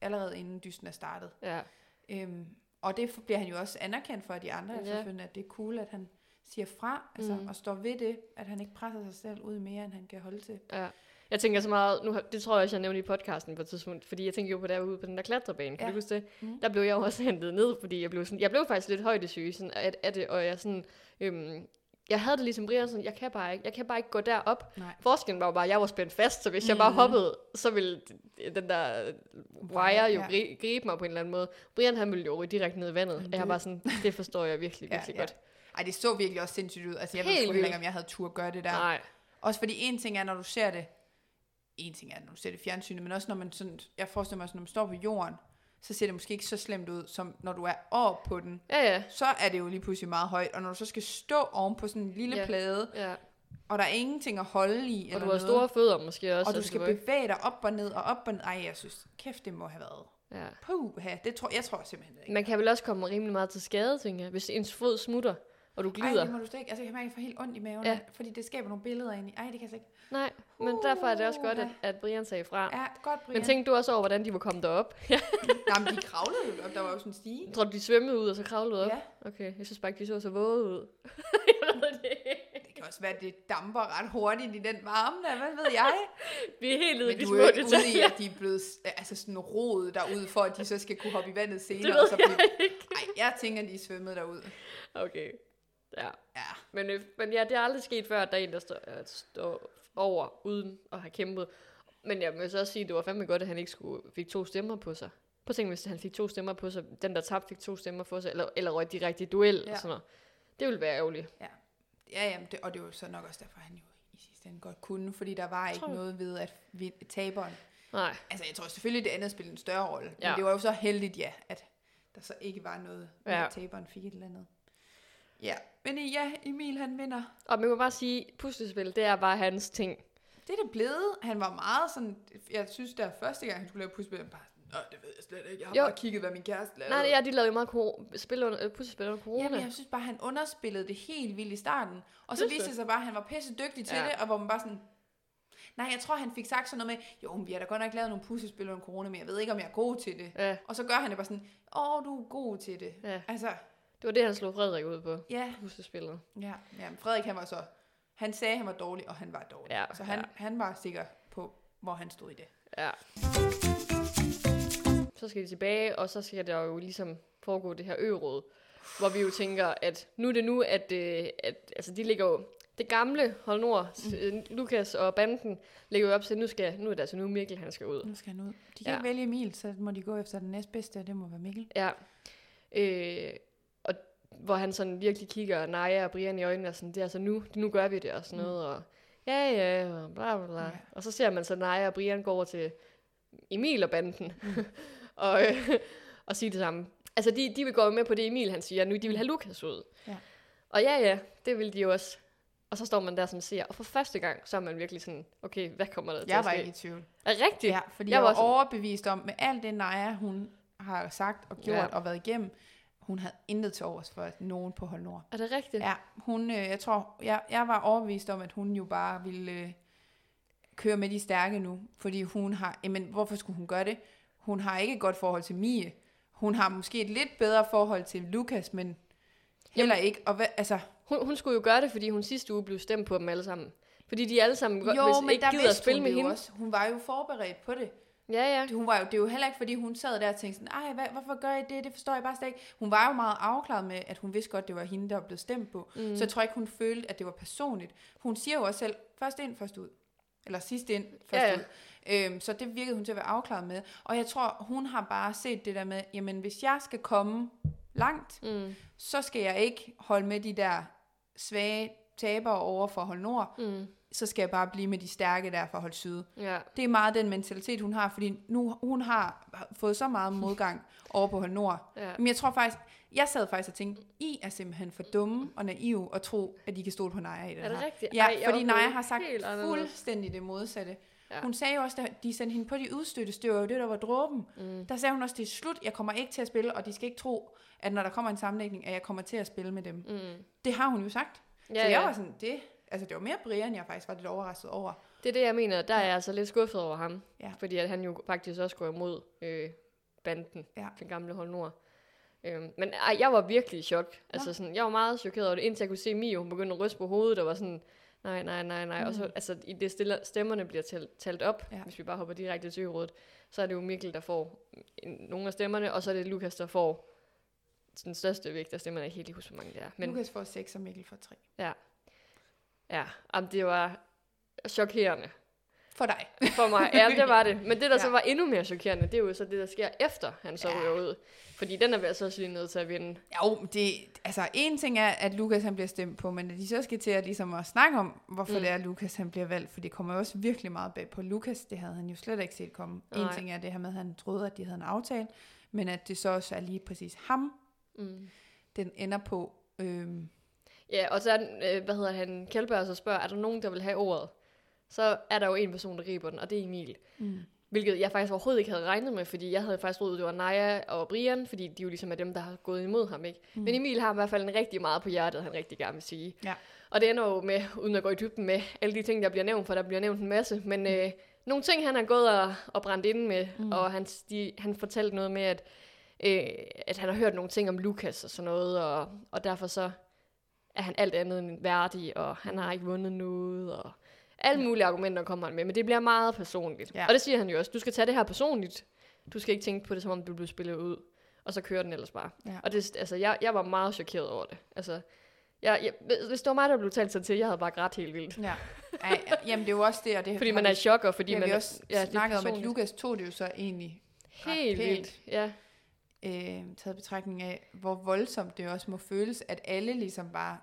B: allerede inden dysten er startet.
A: ja.
B: Øhm, og det f- bliver han jo også anerkendt for af de andre,
A: Ja.
B: ja. selvfølgelig, at det er cool, at han siger fra, altså,
A: Mm.
B: mm. og står ved det, at han ikke presser sig selv ud mere, end han kan holde til.
A: Ja. Jeg tænker så meget, nu, har- det tror jeg også, jeg nævnte i podcasten på et tidspunkt, fordi jeg tænker jo på derude på den der klatrebane, kan ja.
B: Ja.
A: du huske det? Mm.
B: Mm.
A: Der blev jeg jo også (laughs) hentet ned, fordi jeg blev, sådan, jeg blev faktisk lidt højdesyge sådan, af, af det, og jeg sådan, øhm, jeg havde det ligesom Brian, sådan, jeg kan bare ikke, jeg kan bare ikke gå derop.
B: Nej.
A: Forskellen var jo bare, at jeg var spændt fast, så hvis mm. jeg bare
B: Mhm.
A: hoppede, så ville d- den der wire jo
B: Ja.
A: gri- gribe mig på en eller anden måde. Brian han ville jo ryge direkte ned i vandet, og
B: Han
A: jeg var
B: døde.
A: bare sådan, det forstår jeg virkelig,
B: (laughs) Ja,
A: virkelig
B: ja.
A: godt.
B: Ej, det så virkelig også sindssygt ud. Altså, jeg ved
A: Helt
B: sgu heller
A: vildt.
B: ikke, om jeg havde tur at gøre det der.
A: Nej,
B: Også fordi en ting er, når du ser det, en ting er, når du ser det i fjernsynet, men også når man sådan, jeg forestiller mig, sådan, når man står på jorden, så ser det måske ikke så slemt ud, som når du er oppe på den.
A: ja, ja.
B: Så er det jo lige pludselig meget højt, og når du så skal stå oven på sådan en lille
A: Ja.
B: ja. plade,
A: ja.
B: og der er ingenting at holde i,
A: Og
B: eller
A: du har
B: noget,
A: store fødder måske også.
B: og du
A: altså,
B: skal
A: var ikke-
B: bevæge dig op og ned, og op og ned. Ej, jeg synes, kæft, det må have været.
A: ja.
B: Puha, det tror, jeg tror simpelthen ikke.
A: Man kan vel også komme rimelig meget til skade, tænker jeg, hvis ens fod smutter, og du
B: Ej,
A: glider.
B: det må du slet ikke. Altså, jeg kan mærke, at jeg får helt ondt i maven,
A: Ja.
B: ja. fordi det skaber nogle billeder ind i. Ej, det kan jeg slet ikke.
A: Nej, men derfor er det også godt, at,
B: Uha.
A: at Brian sagde fra.
B: Uh, Ja, godt, Brian.
A: men tænkte du også over, hvordan de var kommet derop?
B: Jamen, de kravlede jo op. Der var jo sådan en stige.
A: Tror du, de svømmede ud og så kravlede op?
B: Ja.
A: Okay, jeg synes bare ikke, de så så våde ud. (laughs) Jeg ved det ikke.
B: Det kan også være, at det damper ret hurtigt i den varme der, hvad ved jeg?
A: Vi er helt ude i
B: Men
A: de
B: du
A: små
B: er jo ikke ude i,
A: detaljer.
B: at de er blevet altså sådan rodet derud, for at de så skal kunne hoppe i vandet
A: Det
B: senere.
A: ved
B: og så blive...
A: jeg ikke.
B: Ej, jeg tænker, de er svømmet derud.
A: Okay, ja.
B: Ja,
A: Men, øh, men ja, det er aldrig sket før, at der er en, der står, øh, står over, uden at have kæmpet. Men jeg må så også sige, at det var fandme godt, at han ikke skulle, fik to stemmer på sig. Prøv at tænke, hvis han fik to stemmer på sig, den der tabte fik to stemmer på sig, eller, eller røg direkte i duel, ja.
B: Ja.
A: og sådan noget. Det ville være ærgerligt.
B: ja jamen, det, og det var så nok også derfor, han jo i sidste ende godt kunne, fordi der var ikke
A: Tror du?
B: noget ved, at vi, taberen...
A: Nej,
B: Altså, jeg tror selvfølgelig, det andet spillede en større rolle,
A: Ja.
B: men det var jo så heldigt, ja, at der så ikke var noget, med,
A: Ja.
B: at taberen fik et eller andet. Ja, men øh, ja, Emil han vinder
A: og man må bare sige, puslespil, det er bare hans ting.
B: Det er det blevet. Han var meget sådan... Jeg synes, der første gang, han skulle lave puslespil, han bare sådan, Nå, det ved jeg slet ikke. Jeg har
A: Jo.
B: jo. bare kigget, hvad min kæreste lavede.
A: Nej, det er, Øh, de lavede jo meget kor- spil under, øh, puslespil under corona.
B: Jamen, jeg synes bare, han underspillede det helt vildt i starten. Og så
A: Synes
B: viste
A: du?
B: det sig bare, at han var pisse dygtig til
A: Ja.
B: ja. det, og hvor man bare sådan... Nej, jeg tror, han fik sagt sådan noget med, jo, men vi har da godt nok lavet nogle puslespil under corona, men jeg ved ikke, om jeg er god til det.
A: Ja,
B: Og så gør han det bare sådan, åh, du er god til det.
A: Ja.
B: Altså,
A: det var det, han slog Frederik ud på.
B: ja.
A: Puslespillet.
B: ja. ja men Frederik, han var så... Han sagde, han var dårlig, og han var dårlig.
A: Ja,
B: så han,
A: ja.
B: han var sikker på, hvor han stod i det.
A: Ja. Så skal de tilbage, og så skal der jo ligesom foregå det her øråd, hvor vi jo tænker, at nu er det nu, at, øh, at altså, de ligger jo... Det gamle Hold Nord, s- øh, Lukas og banden, ligger jo op til, at nu, skal, nu er det altså nu Mikkel, han skal ud.
B: Nu skal han ud. De kan
A: Ja.
B: ja. ikke vælge Emil, så må de gå efter den næstbedste, og det må være Mikkel.
A: Ja. Øh, og hvor han sådan virkelig kigger Naja og Brian i øjnene, og sådan, det er altså nu, nu gør vi det, og sådan noget, og ja, ja, og bla, bla, bla. Ja.
B: Mm. Ja.
A: Og så ser man så Naja og Brian gå over til Emil og banden, mm. (laughs) og, øh, og sige det samme. Altså, de, de vil gå med på det, Emil han siger nu, de vil have Lukas ud.
B: Ja.
A: Og ja, ja, det vil de jo også. Og så står man der som ser, og for første gang, så er man virkelig sådan, okay, hvad kommer der til
B: Jeg
A: at
B: var
A: ske?
B: ikke i tvivl.
A: Er rigtigt?
B: Ja, fordi
A: Jeg
B: jeg, jeg
A: var
B: var
A: sådan-
B: overbevist om, med alt det Naja, hun har sagt og gjort
A: Ja.
B: ja. og været igennem, hun havde intet til overs for nogen på Hold Nord.
A: Er det rigtigt?
B: Ja, hun, øh, jeg tror, jeg, jeg var overbevist om, at hun jo bare ville øh, køre med de stærke nu, fordi hun har, jamen hvorfor skulle hun gøre det? Hun har ikke et godt forhold til Mie. Hun har måske et lidt bedre forhold til Lukas, men heller ikke. Og hvad, altså,
A: Hun, hun skulle jo gøre det, fordi hun sidste uge blev stemt på dem alle sammen. Fordi de alle sammen godt,
B: jo,
A: hvis
B: men
A: ikke
B: der
A: gider at
B: vidste
A: spille
B: hun
A: med
B: det jo
A: hende.
B: Også. Hun var jo forberedt på det.
A: Ja, ja.
B: Hun var jo, det er jo heller ikke, fordi hun sad der og tænkte sådan, ej, hvad, hvorfor gør I det? Det forstår jeg bare slet ikke. Hun var jo meget afklaret med, at hun vidste godt, det var hende, der var blevet stemt på. Mm. Så jeg tror ikke, hun følte, at det var personligt. Hun siger jo også selv, først ind, først ud. Eller sidst ind, først
A: Ja, ja.
B: ja. ud. Øhm, så det virkede hun til at være afklaret med. Og jeg tror, hun har bare set det der med, jamen hvis jeg skal komme langt,
A: Mm.
B: så skal jeg ikke holde med de der svage tabere over for hold nord.
A: Mm.
B: Så skal jeg bare blive med de stærke der for hold syd.
A: Ja.
B: Det er meget den mentalitet, hun har, fordi nu hun har fået så meget
A: (laughs)
B: modgang over på Hold Nord.
A: Ja.
B: Men jeg tror faktisk, jeg sad faktisk og tænkte, I er simpelthen for dumme og naive at tro, at I kan stole på Naja i det
A: Er det
B: her.
A: rigtigt?
B: Ja,
A: Ej, jeg
B: Ej, fordi
A: oplevede
B: Naja har sagt
A: helt anderledes.
B: fuldstændig det modsatte.
A: Ja.
B: Ja. Hun sagde jo også, da de sendte hende på de udstødte, det var jo det, der var dråben. Mm. Der sagde hun også, det er slut, jeg kommer ikke til at spille, og de skal ikke tro, at når der kommer en sammenlægning, at jeg kommer til at spille med dem. Mm. Det har hun jo sagt.
A: Ja,
B: Ja, så jeg
A: ja.
B: var sådan, det, altså det var mere Brian, jeg faktisk var lidt overrasket over.
A: Det er det, jeg mener. Der er jeg altså lidt skuffet over ham.
B: Ja.
A: Fordi at han jo faktisk også går imod øh, banden,
B: Ja.
A: den gamle hold nord. Øhm, men ej, jeg var virkelig i chok. Altså, sådan, jeg var meget chokeret over det, indtil jeg kunne se Mio, hun begyndte at ryste på hovedet, og var sådan, nej, nej, nej, nej. Mm. Og så, altså, i det stille, stemmerne bliver talt, talt op, ja.
B: Ja.
A: hvis vi bare hopper direkte til ørådet, så er det jo Mikkel, der får en- nogle af stemmerne, og så er det Lukas, der får den største vægt af stemmerne. Jeg kan ikke lige huske, hvor mange det er. Men,
B: Men... Lukas får 6 og Mikkel får 3.
A: ja, jamen, det var chokerende.
B: For dig.
A: for mig. Ja, det var det. Men det, der (laughs) ja.
B: Ja.
A: så var endnu mere chokerende, det er jo så det, der sker efter, han så ja.
B: Ja.
A: ryger ud. Fordi den er vi altså også lige nødt til at vinde.
B: Jo, men det, altså en ting er, at Lukas han bliver stemt på, men at de så skal til at, ligesom at snakke om, hvorfor
A: Mm.
B: mm. det er, at Lukas han bliver valgt, for det kommer jo også virkelig meget bag på Lukas. Det havde han jo slet ikke set komme.
A: Nej.
B: En ting er det her med, at han troede, at de havde en aftale, men at det så også er lige præcis ham,
A: Mm.
B: den ender på. Øhm,
A: Ja, og så er den, øh, hvad hedder han, Kjeldberg så spørger, er der nogen, der vil have ordet? Så er der jo en person, der griber den, og det er Emil.
B: mm.
A: Hvilket jeg faktisk overhovedet ikke havde regnet med, fordi jeg havde faktisk troet, det var Naja og Brian, fordi de jo ligesom er dem, der har gået imod ham, ikke? Mm. Men Emil har i hvert fald en rigtig meget på hjertet, han rigtig gerne vil sige.
B: Ja.
A: Og det ender jo med, uden at gå i dybden med alle de ting, der bliver nævnt, for der bliver nævnt en masse, men øh, nogle ting, han har gået og, og brændt inde med, mm. og han, de, han fortalte noget med, at, øh, at han har hørt nogle ting om Lukas og sådan noget, og, og derfor så er han alt andet end værdig, og han har ikke vundet noget, og alle mulige argumenter kommer han med, men det bliver meget personligt. Ja.
B: Ja.
A: Og det siger han jo også, du skal tage det her personligt. Du skal ikke tænke på det, som om du bliver spillet ud, og så kører den ellers bare.
B: Ja.
A: Og det, altså, jeg, jeg var meget chokeret over det. Altså, jeg, jeg, hvis- hvis det var mig, der blev talt sådan til, jeg havde bare grædt helt vildt.
B: ja. Ej, jamen det er jo også det, og det
A: Fordi
B: har
A: man
B: vi-
A: er i chok, og fordi
B: det har
A: man
B: vi
A: er-
B: også
A: det er
B: ja, snakket om, at
A: personligt.
B: Lukas tog det jo så egentlig ret
A: Helt
B: pænt.
A: vildt, ja.
B: øh, taget i betragtning af, hvor voldsomt det også må føles, at alle ligesom bare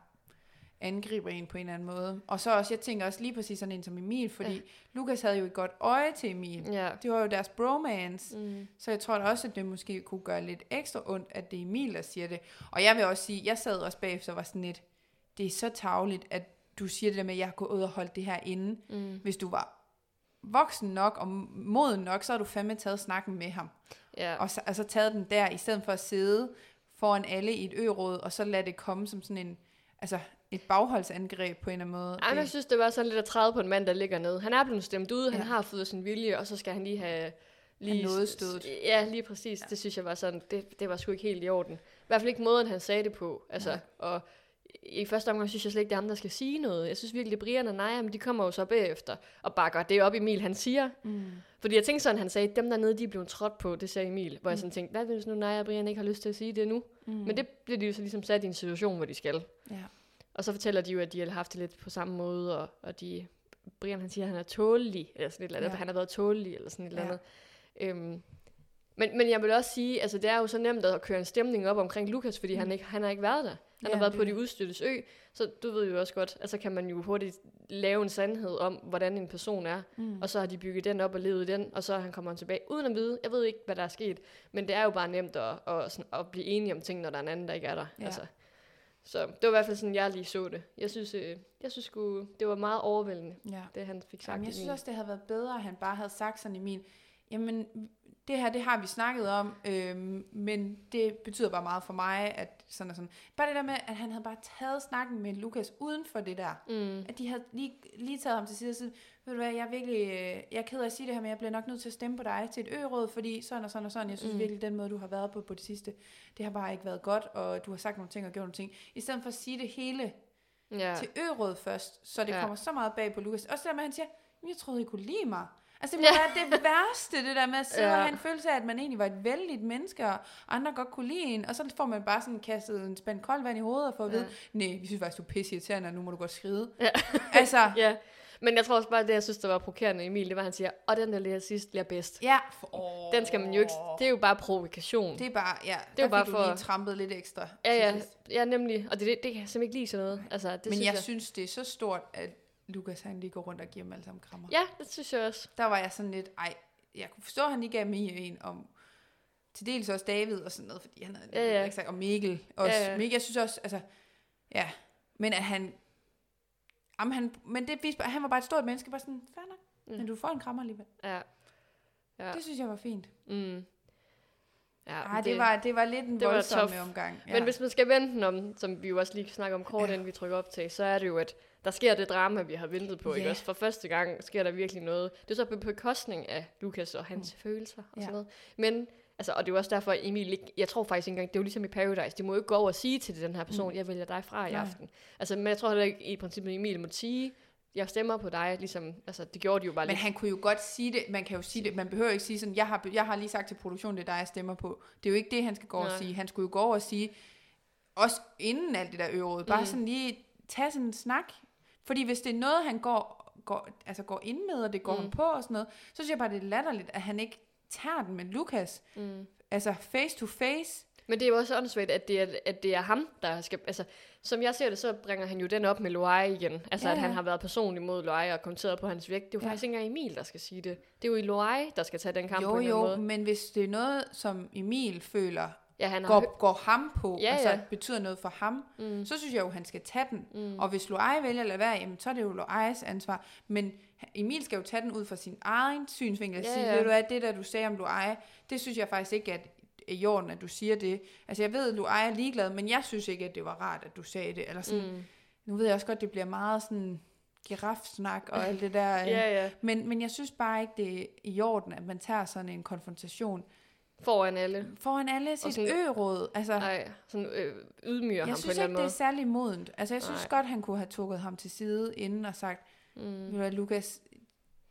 B: angriber en på en eller anden måde. Og så også, jeg tænker også lige præcis sådan en som Emil, fordi
A: Ja.
B: ja. Lukas havde jo et godt øje til Emil.
A: ja.
B: Det var jo deres bromance,
A: Mm.
B: så jeg tror da også, at det måske kunne gøre lidt ekstra ondt, at det er Emil, der siger det. Og jeg vil også sige, jeg sad også bagefter og var sådan lidt, det er så tavligt, at du siger det der med, at jeg har gået ud og holdt det her inde.
A: Mm.
B: Hvis du var voksen nok og moden nok, så har du fandme taget snakken med ham
A: ja.
B: og så, og så taget den der, i stedet for at sidde foran alle i et øråd, og så lade det komme som sådan en, altså et bagholdsangreb på en eller anden måde.
A: Ej, men jeg
B: det,
A: synes, det var sådan lidt at træde på en mand, der ligger nede. Han er blevet stemt ud, ja. han
B: Ja.
A: har fået sin vilje, og så skal han lige have... Lige,
B: Have nådestødet.
A: Ja, lige præcis. Ja. Det synes jeg var sådan, det, det var sgu ikke helt i orden. I hvert fald ikke måden, han sagde det på. Altså, ja.
B: Nej.
A: og i første omgang synes jeg slet ikke, det er ham, der skal sige noget. Jeg synes virkelig, Brian og Naja, men de kommer jo så bagefter og bakker det op, Emil han siger.
B: mm,
A: Fordi jeg tænkte sådan, han sagde, dem dernede, de er blevet trådt på, det sagde Emil. Hvor jeg sådan tænkte, hvad hvis nu Naja og Brian ikke har lyst til at sige det nu?
B: mm,
A: Men det bliver de jo så ligesom sat i en situation, hvor de skal.
B: ja.
A: Og så fortæller de jo, at de har haft det lidt på samme måde, og, og de, Brian han siger, at han er tålelig, eller sådan et eller andet, ja.
B: Ja.
A: han har været tålelig, eller sådan et eller
B: Ja.
A: andet. Øhm, men, men jeg vil også sige, altså det er jo så nemt at køre en stemning op omkring Lukas, fordi mm. han, ikke, han har ikke været der. Han ja,
B: Ja,
A: har været
B: det
A: på
B: er
A: de udstøttes ø, så du ved jo også godt, altså kan man jo hurtigt lave en sandhed om, hvordan en person er, mm. og så har de bygget den op og levet i den, og så han kommer han tilbage uden at vide, jeg ved ikke, hvad der er sket, men det er jo bare nemt at, at, sådan, at blive enige om ting, når der er en anden, der ikke er der.
B: Ja.
A: Altså, Så det var i hvert fald sådan, jeg lige så det. Jeg synes, øh, jeg synes sgu, det var meget overvældende,
B: Ja.
A: det han fik sagt.
B: Jamen, jeg
A: i
B: synes
A: min-
B: også, det havde været bedre, at han bare havde sagt sådan i min, jamen, det her, det har vi snakket om, øhm, men det betyder bare meget for mig, at sådan og sådan. Bare det der med, at han havde bare taget snakken med Lukas uden for det der.
A: Mm.
B: At de havde lige, lige taget ham til side og sagt, ved du hvad, jeg er virkelig, øh, jeg er ked af at sige det her, men jeg bliver nok nødt til at stemme på dig til et ø-råd, fordi sådan og sådan og sådan, jeg synes
A: Mm.
B: mm. virkelig, den måde, du har været på på det sidste, det har bare ikke været godt, og du har sagt nogle ting og gjort nogle ting. I stedet for at sige det hele
A: Ja.
B: ja. til øråd først, så det
A: Ja.
B: ja. kommer så meget bag på Lukas. Også det der med, at han siger, "Men jeg troede, I kunne lide mig. Altså, det må ja. være det værste, det der med at sidde
A: Ja.
B: ja. og have en følelse af, at man egentlig var et vældigt menneske, og andre godt kunne lide en, og så får man bare sådan kastet en spand koldt vand i hovedet og får at vide,
A: Ja.
B: nej, vi synes faktisk, du er pisse irriterende, og nu må du godt skride.
A: Ja.
B: (laughs) altså,
A: ja. Men jeg tror også bare, at det, jeg synes, der var provokerende i Emil, det var, at han siger, og den der lærer sidst, lærer bedst.
B: ja. For, åh,
A: Den skal man jo ikke... Det er jo bare provokation.
B: det er bare, ja,
A: er jo
B: der
A: bare
B: fik
A: for-
B: du lige trampet lidt ekstra.
A: Ja,
B: til
A: ja,
B: sidst.
A: ja, nemlig. Og det, det, det kan jeg simpelthen ikke lide sådan noget. Altså, det
B: Men
A: synes
B: jeg synes, det er så stort, at Lukas han lige går rundt og giver dem alle sammen krammer.
A: Ja, det synes jeg også.
B: der var jeg sådan lidt, ej, jeg kunne forstå, at han ikke gav Mia en om, til dels også David og sådan noget, fordi han havde
A: Ja, ja.
B: ikke sagt, og Mikkel også.
A: Ja,
B: Ja,
A: ja.
B: ja. Mikkel, jeg synes også, altså, ja, men at han, jamen han, men det viste bare, han var bare et stort menneske, bare sådan, fair nok,
A: Mm.
B: mm. men du får en krammer alligevel.
A: Ja. Ja.
B: Ja. Det synes jeg var fint.
A: Mm. Ja,
B: Ja,
A: men
B: Ej, det, det, var, det var lidt en
A: det var
B: voldsom
A: tough.
B: omgang. Ja.
A: Men hvis man skal vente den om, som vi jo også lige snakker om kort,
B: Ja.
A: inden vi trykker op til, så er det jo, at der sker det drama, vi har ventet på. Ikke?
B: Ja.
A: Også for første gang sker der virkelig noget. Det er så på bekostning af Lukas og hans mm. følelser og
B: Ja.
A: sådan noget. Men, altså, og det er jo også derfor, at Emil ikke, jeg tror faktisk ikke engang, det er jo ligesom i Paradise, de må jo ikke gå over og sige til den her person, mm. jeg vælger dig fra i
B: Nej.
A: aften. Altså, men jeg tror heller ikke, i princippet Emil må sige, jeg stemmer på dig, ligesom, altså, det gjorde de jo bare
B: men
A: lidt.
B: han kunne jo godt sige det, man kan jo sige det, man behøver ikke sige sådan, jeg har, jeg har lige sagt til produktionen, det er dig, jeg stemmer på. Det er jo ikke det, han skal gå over
A: Nej.
B: og sige. Han skulle jo gå over og sige, også inden alt det der øvrigt, bare
A: Mm.
B: sådan lige tage sådan en snak. Fordi hvis det er noget, han går, går, altså går ind med, og det går
A: Mm.
B: mm. ham på og sådan noget, så synes jeg bare, det er latterligt, at han ikke tager den med Lukas.
A: Mm.
B: Altså face to face.
A: Men det er jo også åndssvagt, at det er, at det er ham, der skal... Altså, som jeg ser det, så bringer han jo den op med Loai igen. Altså, ja.
B: Ja,
A: at han
B: ja.
A: har været personlig mod Loai og kommenteret på hans vægt. Det er jo ja.
B: Ja.
A: faktisk ikke engang Emil, der skal sige det. Det er jo i Loai, der skal tage den kamp på
B: jo
A: en eller
B: jo,
A: anden måde.
B: men hvis det er noget, som Emil føler,
A: Ja, han har...
B: går, går ham på,
A: Ja,
B: ja, altså
A: ja.
B: ja. betyder noget for ham,
A: Mm.
B: mm. så synes jeg jo, han skal tage den.
A: Mm.
B: Mm. Og hvis Loai vælger at lade være, jamen, så er det jo Loais ansvar. Men Emil skal jo tage den ud fra sin egen synsvinkel og
A: Ja,
B: ja, sige,
A: ja.
B: ja. ved du hvad, det der du sagde om Loai, det synes jeg faktisk ikke at er i orden, at du siger det. Altså jeg ved, at Loai er ligeglad, men jeg synes ikke, at det var rart, at du sagde det. Eller sådan. Mm.
A: Mm.
B: Nu ved jeg også godt, det bliver meget sådan girafsnak og alt
A: (laughs)
B: det der. øh.
A: Ja, ja.
B: Men, men jeg synes bare ikke, det er i orden, at man tager sådan en konfrontation
A: Foran alle.
B: foran alle sit
A: sådan-
B: ø-råd. Altså,
A: Nej, sådan øh, ydmyger
B: jeg
A: ham på en
B: synes
A: eller
B: ikke,
A: anden
B: det er
A: måde.
B: særlig modent. Altså, jeg synes
A: Nej.
B: godt, han kunne have tukket ham til side inden og sagt,
A: Mm.
B: Ved du hvad, Lukas,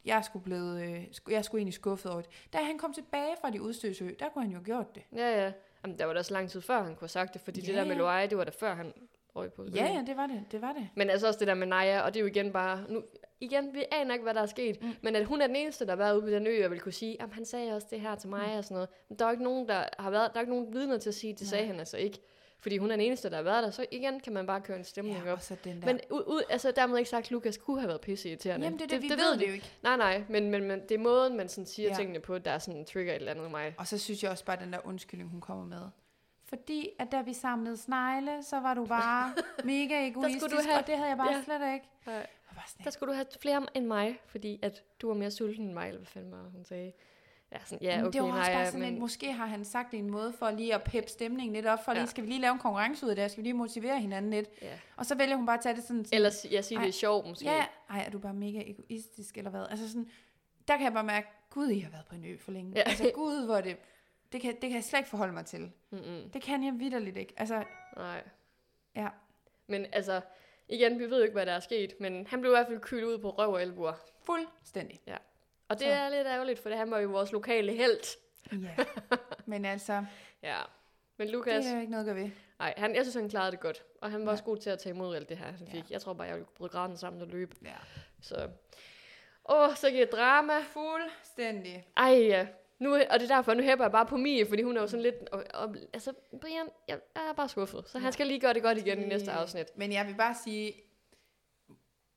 B: jeg er sgu blevet, øh, sku- jeg er sgu egentlig skuffet over det. Da han kom tilbage fra de udstødte ø, der kunne han jo have gjort det.
A: Ja, ja. Jamen, der var da også lang tid før, han kunne have sagt det, fordi ja,
B: Ja,
A: det der med
B: ja.
A: Loai, det var da før, han røg på.
B: Ja, ja, det var det, det var det.
A: Men altså også det der med Naja, og det er jo igen bare... Nu, igen, vi aner ikke, hvad der er sket, mm. men at hun er den eneste, der har været ude på den ø, og vil kunne sige, at han sagde også det her til mig mm. og sådan noget. Men der er jo ikke nogen, der har været, der er ikke nogen vidner til at sige, det sagde han altså ikke. Fordi hun er den eneste, der har været der, så igen kan man bare køre en stemning
B: Ja,
A: op.
B: og så den der.
A: Men u- u- altså, dermed ikke sagt, at Lukas kunne have været pisseirriterende.
B: Jamen, det er det, vi det, ved det jo ikke.
A: Nej, nej, men, men, men det er måden, man sådan siger ja.
B: Ja.
A: tingene på, der er sådan en trigger et eller andet i mig.
B: Og så synes jeg også bare, den der undskyldning, hun kommer med. Fordi, at da vi samlede snegle, så var du
A: (laughs)
B: bare mega egoistisk,
A: du have-
B: og det havde jeg bare
A: Ja.
B: ja. slet ikke.
A: Nej.
B: Jeg var bare sådan,
A: Der skulle du have flere end mig, fordi at du var mere sulten end mig, eller hvad fanden var det, hun sagde. Ja, sådan, ja,
B: Men
A: okay,
B: det var også
A: Naja,
B: bare sådan
A: men...
B: lidt, måske har han sagt det i en måde for lige at peppe stemningen lidt op, for
A: Ja.
B: ja. lige, skal vi lige lave en konkurrence ud af det, her? skal vi lige motivere hinanden lidt.
A: Ja.
B: Og så vælger hun bare at tage det sådan... sådan
A: Eller si- jeg siger, det
B: Ej.
A: er sjovt måske.
B: Ja, ej, er du bare mega egoistisk, eller hvad? Altså sådan, der kan jeg bare mærke, gud, I har været på en ø for længe.
A: Ja.
B: Ja. Altså gud, hvor er det, det kan, det kan jeg slet ikke forholde mig til.
A: Mm-mm.
B: Det kan jeg vidderligt ikke. Altså,
A: Nej.
B: ja,
A: Men altså, igen, vi ved jo ikke, hvad der er sket, men han blev i hvert fald kylet ud på røv og albuer.
B: fuldstændig.
A: Og det
B: Så.
A: er lidt ærgerligt, for det han var jo vores lokale held.
B: Ja. (laughs) Men altså,
A: Ja. Men Lukas,
B: det er jo ikke noget at gøre ved.
A: nej, han, jeg synes, han klarede det godt. Og han var
B: Ja.
A: også god til at tage imod alt det her, han
B: Ja.
A: fik. Jeg tror bare, jeg ville bryde graden sammen og løbe.
B: Ja.
A: Så. Åh, så giver drama.
B: Fuldstændig.
A: Ej, ja. Nu, og det er derfor, nu hæpper jeg bare på Mie, fordi hun er jo sådan lidt... Og, og, altså, Brian, jeg, jeg er bare skuffet. Så han skal lige gøre det godt igen i næste afsnit.
B: Men jeg vil bare sige,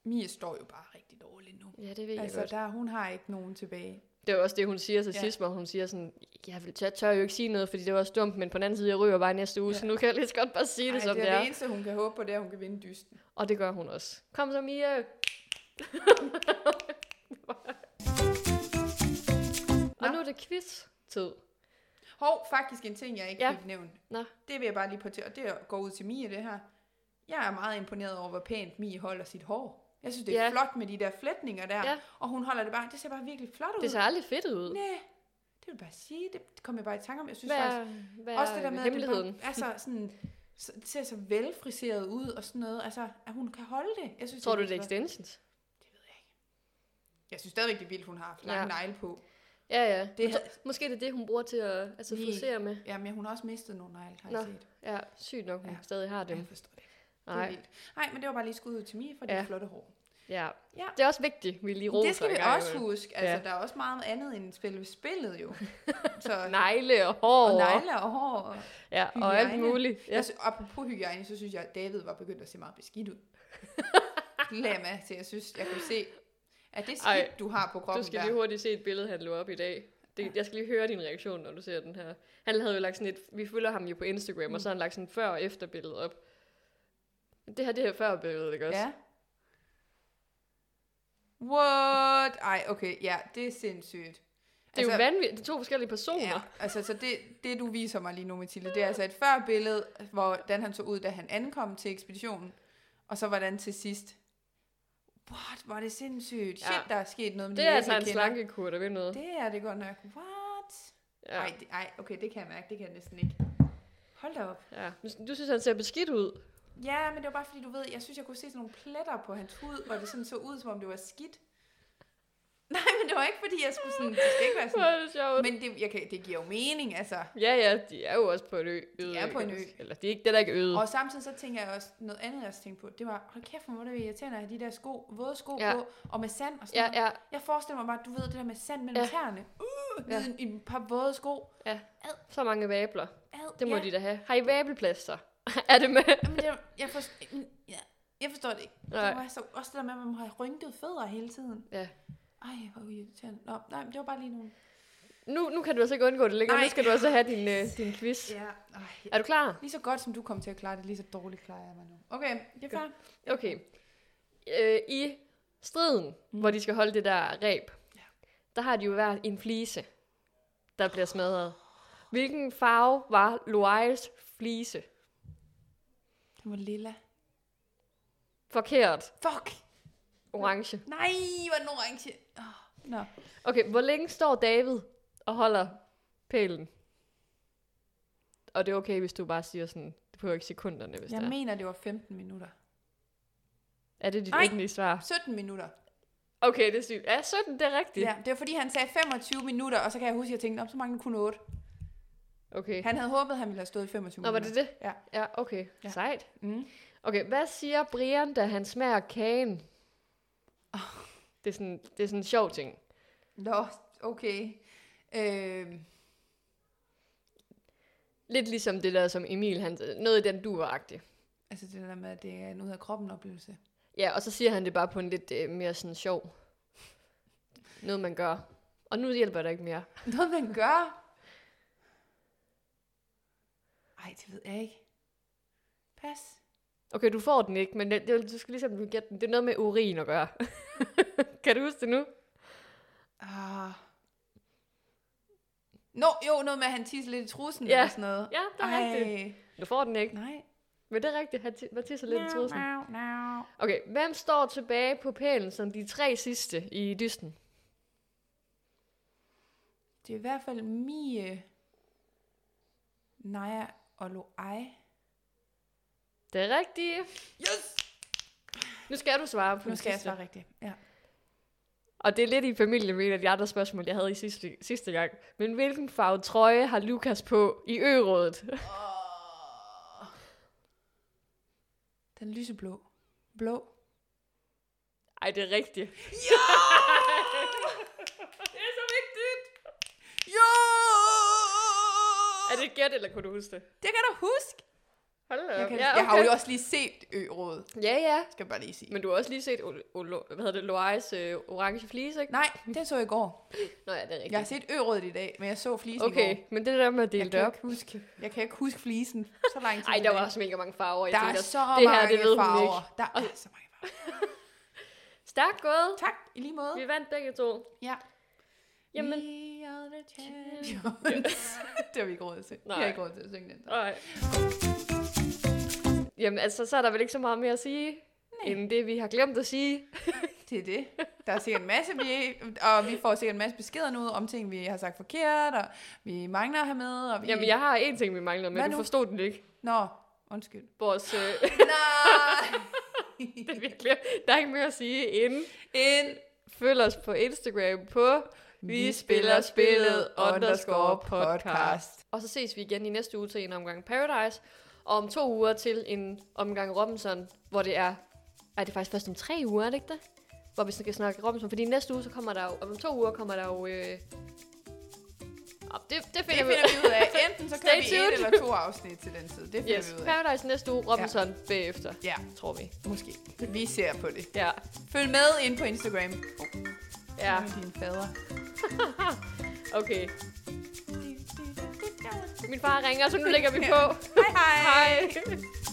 B: Mia står jo bare rigtig dårligt nu.
A: Ja, det ved jeg
B: Altså,
A: godt.
B: der, hun har ikke nogen tilbage.
A: Det er jo også det, hun siger til
B: Ja.
A: sidst, hvor hun siger sådan, jeg, vil, jeg tør jo ikke sige noget, fordi det var også dumt, men på den anden side, jeg ryger bare næste uge,
B: Ja.
A: ja. så nu kan jeg lige så godt bare sige det,
B: Ej,
A: som
B: det
A: det
B: er
A: er.
B: det eneste, hun kan håbe på, det er, at hun kan vinde dysten.
A: Og det gør hun også. Kom så,
B: (laughs)
A: Mia!
B: Nå.
A: og nu er det quiz-tid.
B: Hov, faktisk en ting, jeg ikke
A: Ja.
B: fik nævnt.
A: Nå.
B: Det vil jeg bare lige på til, og det går ud til Mie, det her. Jeg er meget imponeret over, hvor pænt Mie holder sit hår. Jeg synes, det er
A: Ja.
B: flot med de der flætninger der.
A: Ja.
B: Og hun holder det bare, det ser bare virkelig flot ud.
A: Det ser aldrig fedt ud.
B: Næh, det vil jeg bare sige, det kom jeg bare i tanke om. Jeg synes
A: Hvad
B: faktisk,
A: er, hvad er
B: også det der med, at det
A: hemmeligheden?
B: bare er så sådan, så, det ser så velfriseret ud og sådan noget. Altså, at hun kan holde det. Jeg synes,
A: Tror du, det er
B: virkelig flot.
A: extensions?
B: Jeg synes stadigvæk, det er vildt, hun har haft lange
A: Ja.
B: negle på.
A: Ja, ja.
B: Det
A: Det
B: havde-
A: Måske er det det, hun bruger til at altså,
B: Lige.
A: frisere med.
B: Jamen, hun har også mistet nogle negle, har
A: Nå,
B: jeg set.
A: Ja, sygt nok, hun
B: Ja.
A: ja. stadig har
B: Ja,
A: dem.
B: jeg forstår det. ikke. Det er
A: Nej,
B: vildt. Nej, men det var bare lige skud ud til mig for ja.
A: Ja.
B: det flotte hår.
A: ja.
B: Ja.
A: Det er også vigtigt, vi lige roser
B: det skal
A: en
B: vi
A: gang
B: også
A: imellem.
B: huske. Altså, ja.
A: Ja.
B: der er også meget andet end spil ved spillet,
A: (laughs)
B: jo. Så,
A: Negle og
B: og
A: hår.
B: negle og hår. Og,
A: Ja, og alt
B: Hygiejne.
A: muligt.
B: ja.
A: Ja.
B: altså, apropos hygiejne, så synes jeg, at David var begyndt at se meget
A: (laughs)
B: beskidt ud. Det lagde jeg mærke til. Jeg synes, jeg kunne se, at det skidt,
A: Ej,
B: du har på
A: Du
B: kroppen
A: skal
B: der.
A: lige hurtigt se et billede, han lå op i dag. Det, jeg skal lige høre din reaktion, når du ser den her. Han havde jo lagt sådan et... Vi følger ham jo på Instagram,
B: Mm.
A: og så har han lagt sådan et før- og efterbillede op. Det her, det her før-billede, ikke også?
B: Ja. What? Ej, okay, ja, det er sindssygt. Altså,
A: Det er jo vanvittigt. Det er to forskellige personer.
B: Ja, altså så det, det du viser mig lige nu, Mathilde, det er altså et førbillede, hvordan han så ud, da han ankom til ekspeditionen, og så hvordan til sidst. What, hvor er det sindssygt. Shit,
A: Ja.
B: der er sket noget med
A: Det
B: de
A: er altså en
B: læsekender.
A: slankekur, der ved noget.
B: Det er det godt nok. What? Ja.
A: Ja.
B: Ej, det, ej, okay, det kan jeg mærke, det kan jeg næsten ikke. Hold da op.
A: ja. Men Du synes, han ser beskidt
B: (laughs)
A: ud.
B: Ja, men det var bare fordi, du ved, jeg synes, jeg kunne se sådan nogle pletter på hans hud, hvor det sådan så ud, som om det var skidt. (laughs) Nej, men det var ikke fordi, jeg skulle sådan, det skal ikke være
A: Hvor
B: sådan.
A: (laughs) er det sjovt.
B: Men det, jeg kan, det giver jo mening, altså.
A: Ja, ja, de er jo også på en ø. øde,
B: er på
A: ikke
B: en
A: også? Eller det er ikke, det er der ikke øde.
B: Og samtidig så tænker jeg også, noget andet jeg også tænkte på, det var, hold kæft, hvor må det være irriterende at have de der sko, våde sko ja.
A: Ja.
B: på, og med sand og sådan
A: Ja,
B: noget.
A: ja,
B: Jeg forestiller mig bare, du ved det der med sand mellem ja.
A: Ja.
B: tæerne. Uh,
A: Ja.
B: ja. i et par våde sko.
A: ja.
B: Ad.
A: Så mange vabler.
B: Ad,
A: Det må
B: ja.
A: ja. de da have. Har I vabelplaster? (laughs) er det med?
B: Jamen, det, er- jeg, forstår, ja, jeg forstår det ikke. Nej.
A: Nej.
B: Det var så, også det der med, at man må have rynket fødder hele tiden.
A: Ja.
B: Ej, hvor irriterende. Nå, nej, men det var bare lige nogle...
A: Nu, nu kan du altså ikke undgå det længere.
B: Nej.
A: Nej. Nu skal du også have din, øh, din quiz.
B: Ja, ej.
A: Er du klar?
B: Lige så godt, som du kom til at klare det, lige så dårligt klarer jeg mig nu. Okay, det er fair.
A: Okay. Øh, I striden, mm. hvor de skal holde det der ræb,
B: Ja.
A: der har de jo hver en flise, der bliver smadret. Hvilken farve var Loais flise?
B: Det var lilla.
A: Forkert.
B: Fuck!
A: Orange.
B: Nej, hvor er den orange. Oh, nå.
A: Okay, hvor længe står David og holder pælen? Og det er okay, hvis du bare siger sådan, det behøver ikke sekunderne, hvis
B: Jeg
A: det er.
B: mener, det var 15 minutter.
A: Er det dit
B: Nej.
A: endelige svar?
B: 17 minutter.
A: Okay, det er sygt. Ja, 17, det er
B: Det.
A: rigtigt.
B: Ja, det var fordi, han sagde 25 minutter, og så kan jeg huske, at jeg tænkte, om så mange kunne 8.
A: Okay.
B: Han havde håbet, at han ville have stået i 25
A: Nå, var
B: minutter.
A: det det?
B: Ja.
A: Ja, okay.
B: Ja.
A: Ja. Sejt.
B: Mm.
A: Okay, hvad siger Brian, da han smager kagen? Oh. Det, er sådan, det er sådan en sjov ting.
B: Nå, okay. Øh,
A: Lidt ligesom det der, som Emil, han, noget i den du var -agtig.
B: altså det der med, at det er en ud af kroppen oplevelse. (laughs)
A: Ja, og så siger han det bare på en lidt øh, mere sådan sjov. Noget, man gør. Og nu hjælper det ikke mere.
B: Noget, man gør. Ej, det ved jeg ikke. Pas.
A: Okay, du får den ikke, men det, det, du skal ligesom du gætte den. Det er noget med urin at gøre. (laughs) kan du huske det nu?
B: Ah. Nå, jo, noget med, at han tisser lidt i trussen
A: Ja.
B: eller sådan noget.
A: Ja, det er Ej. rigtigt. Du får den ikke,
B: Nej.
A: men det er rigtigt. Han ti- man tisser lidt i trussen.
B: Miau, miau.
A: Okay, hvem står tilbage på pælen som de tre sidste i dysten?
B: Det er i hvert fald Mie, Naja og Loai.
A: Det er rigtigt.
B: Yes!
A: Nu skal du svare på
B: Nu
A: den
B: skal jeg
A: sidste.
B: svare rigtigt. Ja.
A: Og det er lidt i familie med et af de andre spørgsmål, jeg havde i sidste, sidste gang. Men hvilken farve trøje har Lukas på i ørådet?
B: Oh. Den lyseblå. Blå.
A: Ej, det er rigtigt.
B: Ja! (laughs)
A: Det er så vigtigt!
B: Jo!
A: Er det et gæt, eller kunne du huske det?
B: Det kan du huske.
A: Hold da op.
B: Jeg, kan,
A: ja, okay.
B: jeg har jo også lige set Ø-råd,
A: Ja, ja.
B: skal jeg bare lige sige.
A: Men du har også lige set o- o- lo- hvad hedder det, Loais øh, orange flise, ikke?
B: Nej, det så jeg i går.
A: Nå ja, det er rigtigt.
B: Jeg har set Ø-rådet i dag, men jeg så flisen i
A: okay,
B: går.
A: men det der med at dele
B: Jeg
A: det
B: kan,
A: op.
B: ikke huske, jeg kan ikke huske flisen så lang tid.
A: Ej, der var
B: tilbage.
A: også mega mange farver. Jeg
B: der
A: tænkte
B: er
A: også,
B: så
A: det her,
B: mange
A: det ved hun
B: farver.
A: ikke.
B: Der er så mange farver.
A: Stærkt gået.
B: Tak, i lige måde.
A: Vi vandt begge to.
B: Ja.
A: Jamen,
B: We are the champions. (laughs) det har vi ikke råd til. Vi har
A: Nej.
B: ikke råd til at synge den.
A: nej. Jamen, altså, så er der vel ikke så meget mere at sige,
B: Nej.
A: end det, vi har glemt at sige.
B: Det er det. Der er sikkert en masse, vi, og vi får sikkert en masse beskeder nu om ting, vi har sagt forkert, og vi mangler at have med. Og vi...
A: Jamen, jeg har en ting, vi mangler, men
B: Hvad
A: du
B: nu?
A: forstod den ikke.
B: Nå, undskyld.
A: Vores, øh, (laughs)
B: Nej!
A: det er virkelig, der er ikke mere at sige inden.
B: en
A: Følg os på Instagram på Vi spiller spillet underscore podcast. Og så ses vi igen i næste uge til en omgang Paradise, og om to uger til en omgang Robinson, hvor det er... Ej, det er faktisk først om tre uger, er det ikke det? Hvor vi skal snakke Robinson, fordi næste uge, så kommer der jo... Om to uger kommer der jo... Øh... op, Det, det
B: Det
A: finder vi ud
B: finder vi ud af. Enten så kører
A: Stay
B: vi et
A: tuned.
B: eller to afsnit til den tid. Det
A: af.
B: finder
A: Yes,
B: vi ud af.
A: Paradise næste uge, Robinson ja. bagefter,
B: Ja,
A: tror vi.
B: måske. Vi ser på det.
A: Ja,
B: Følg med ind på Instagram. Oh,
A: ja,
B: Din fader.
A: okay.
B: (laughs)
A: Min far ringer, så nu lægger vi på.
B: Hej hej.
A: Hej.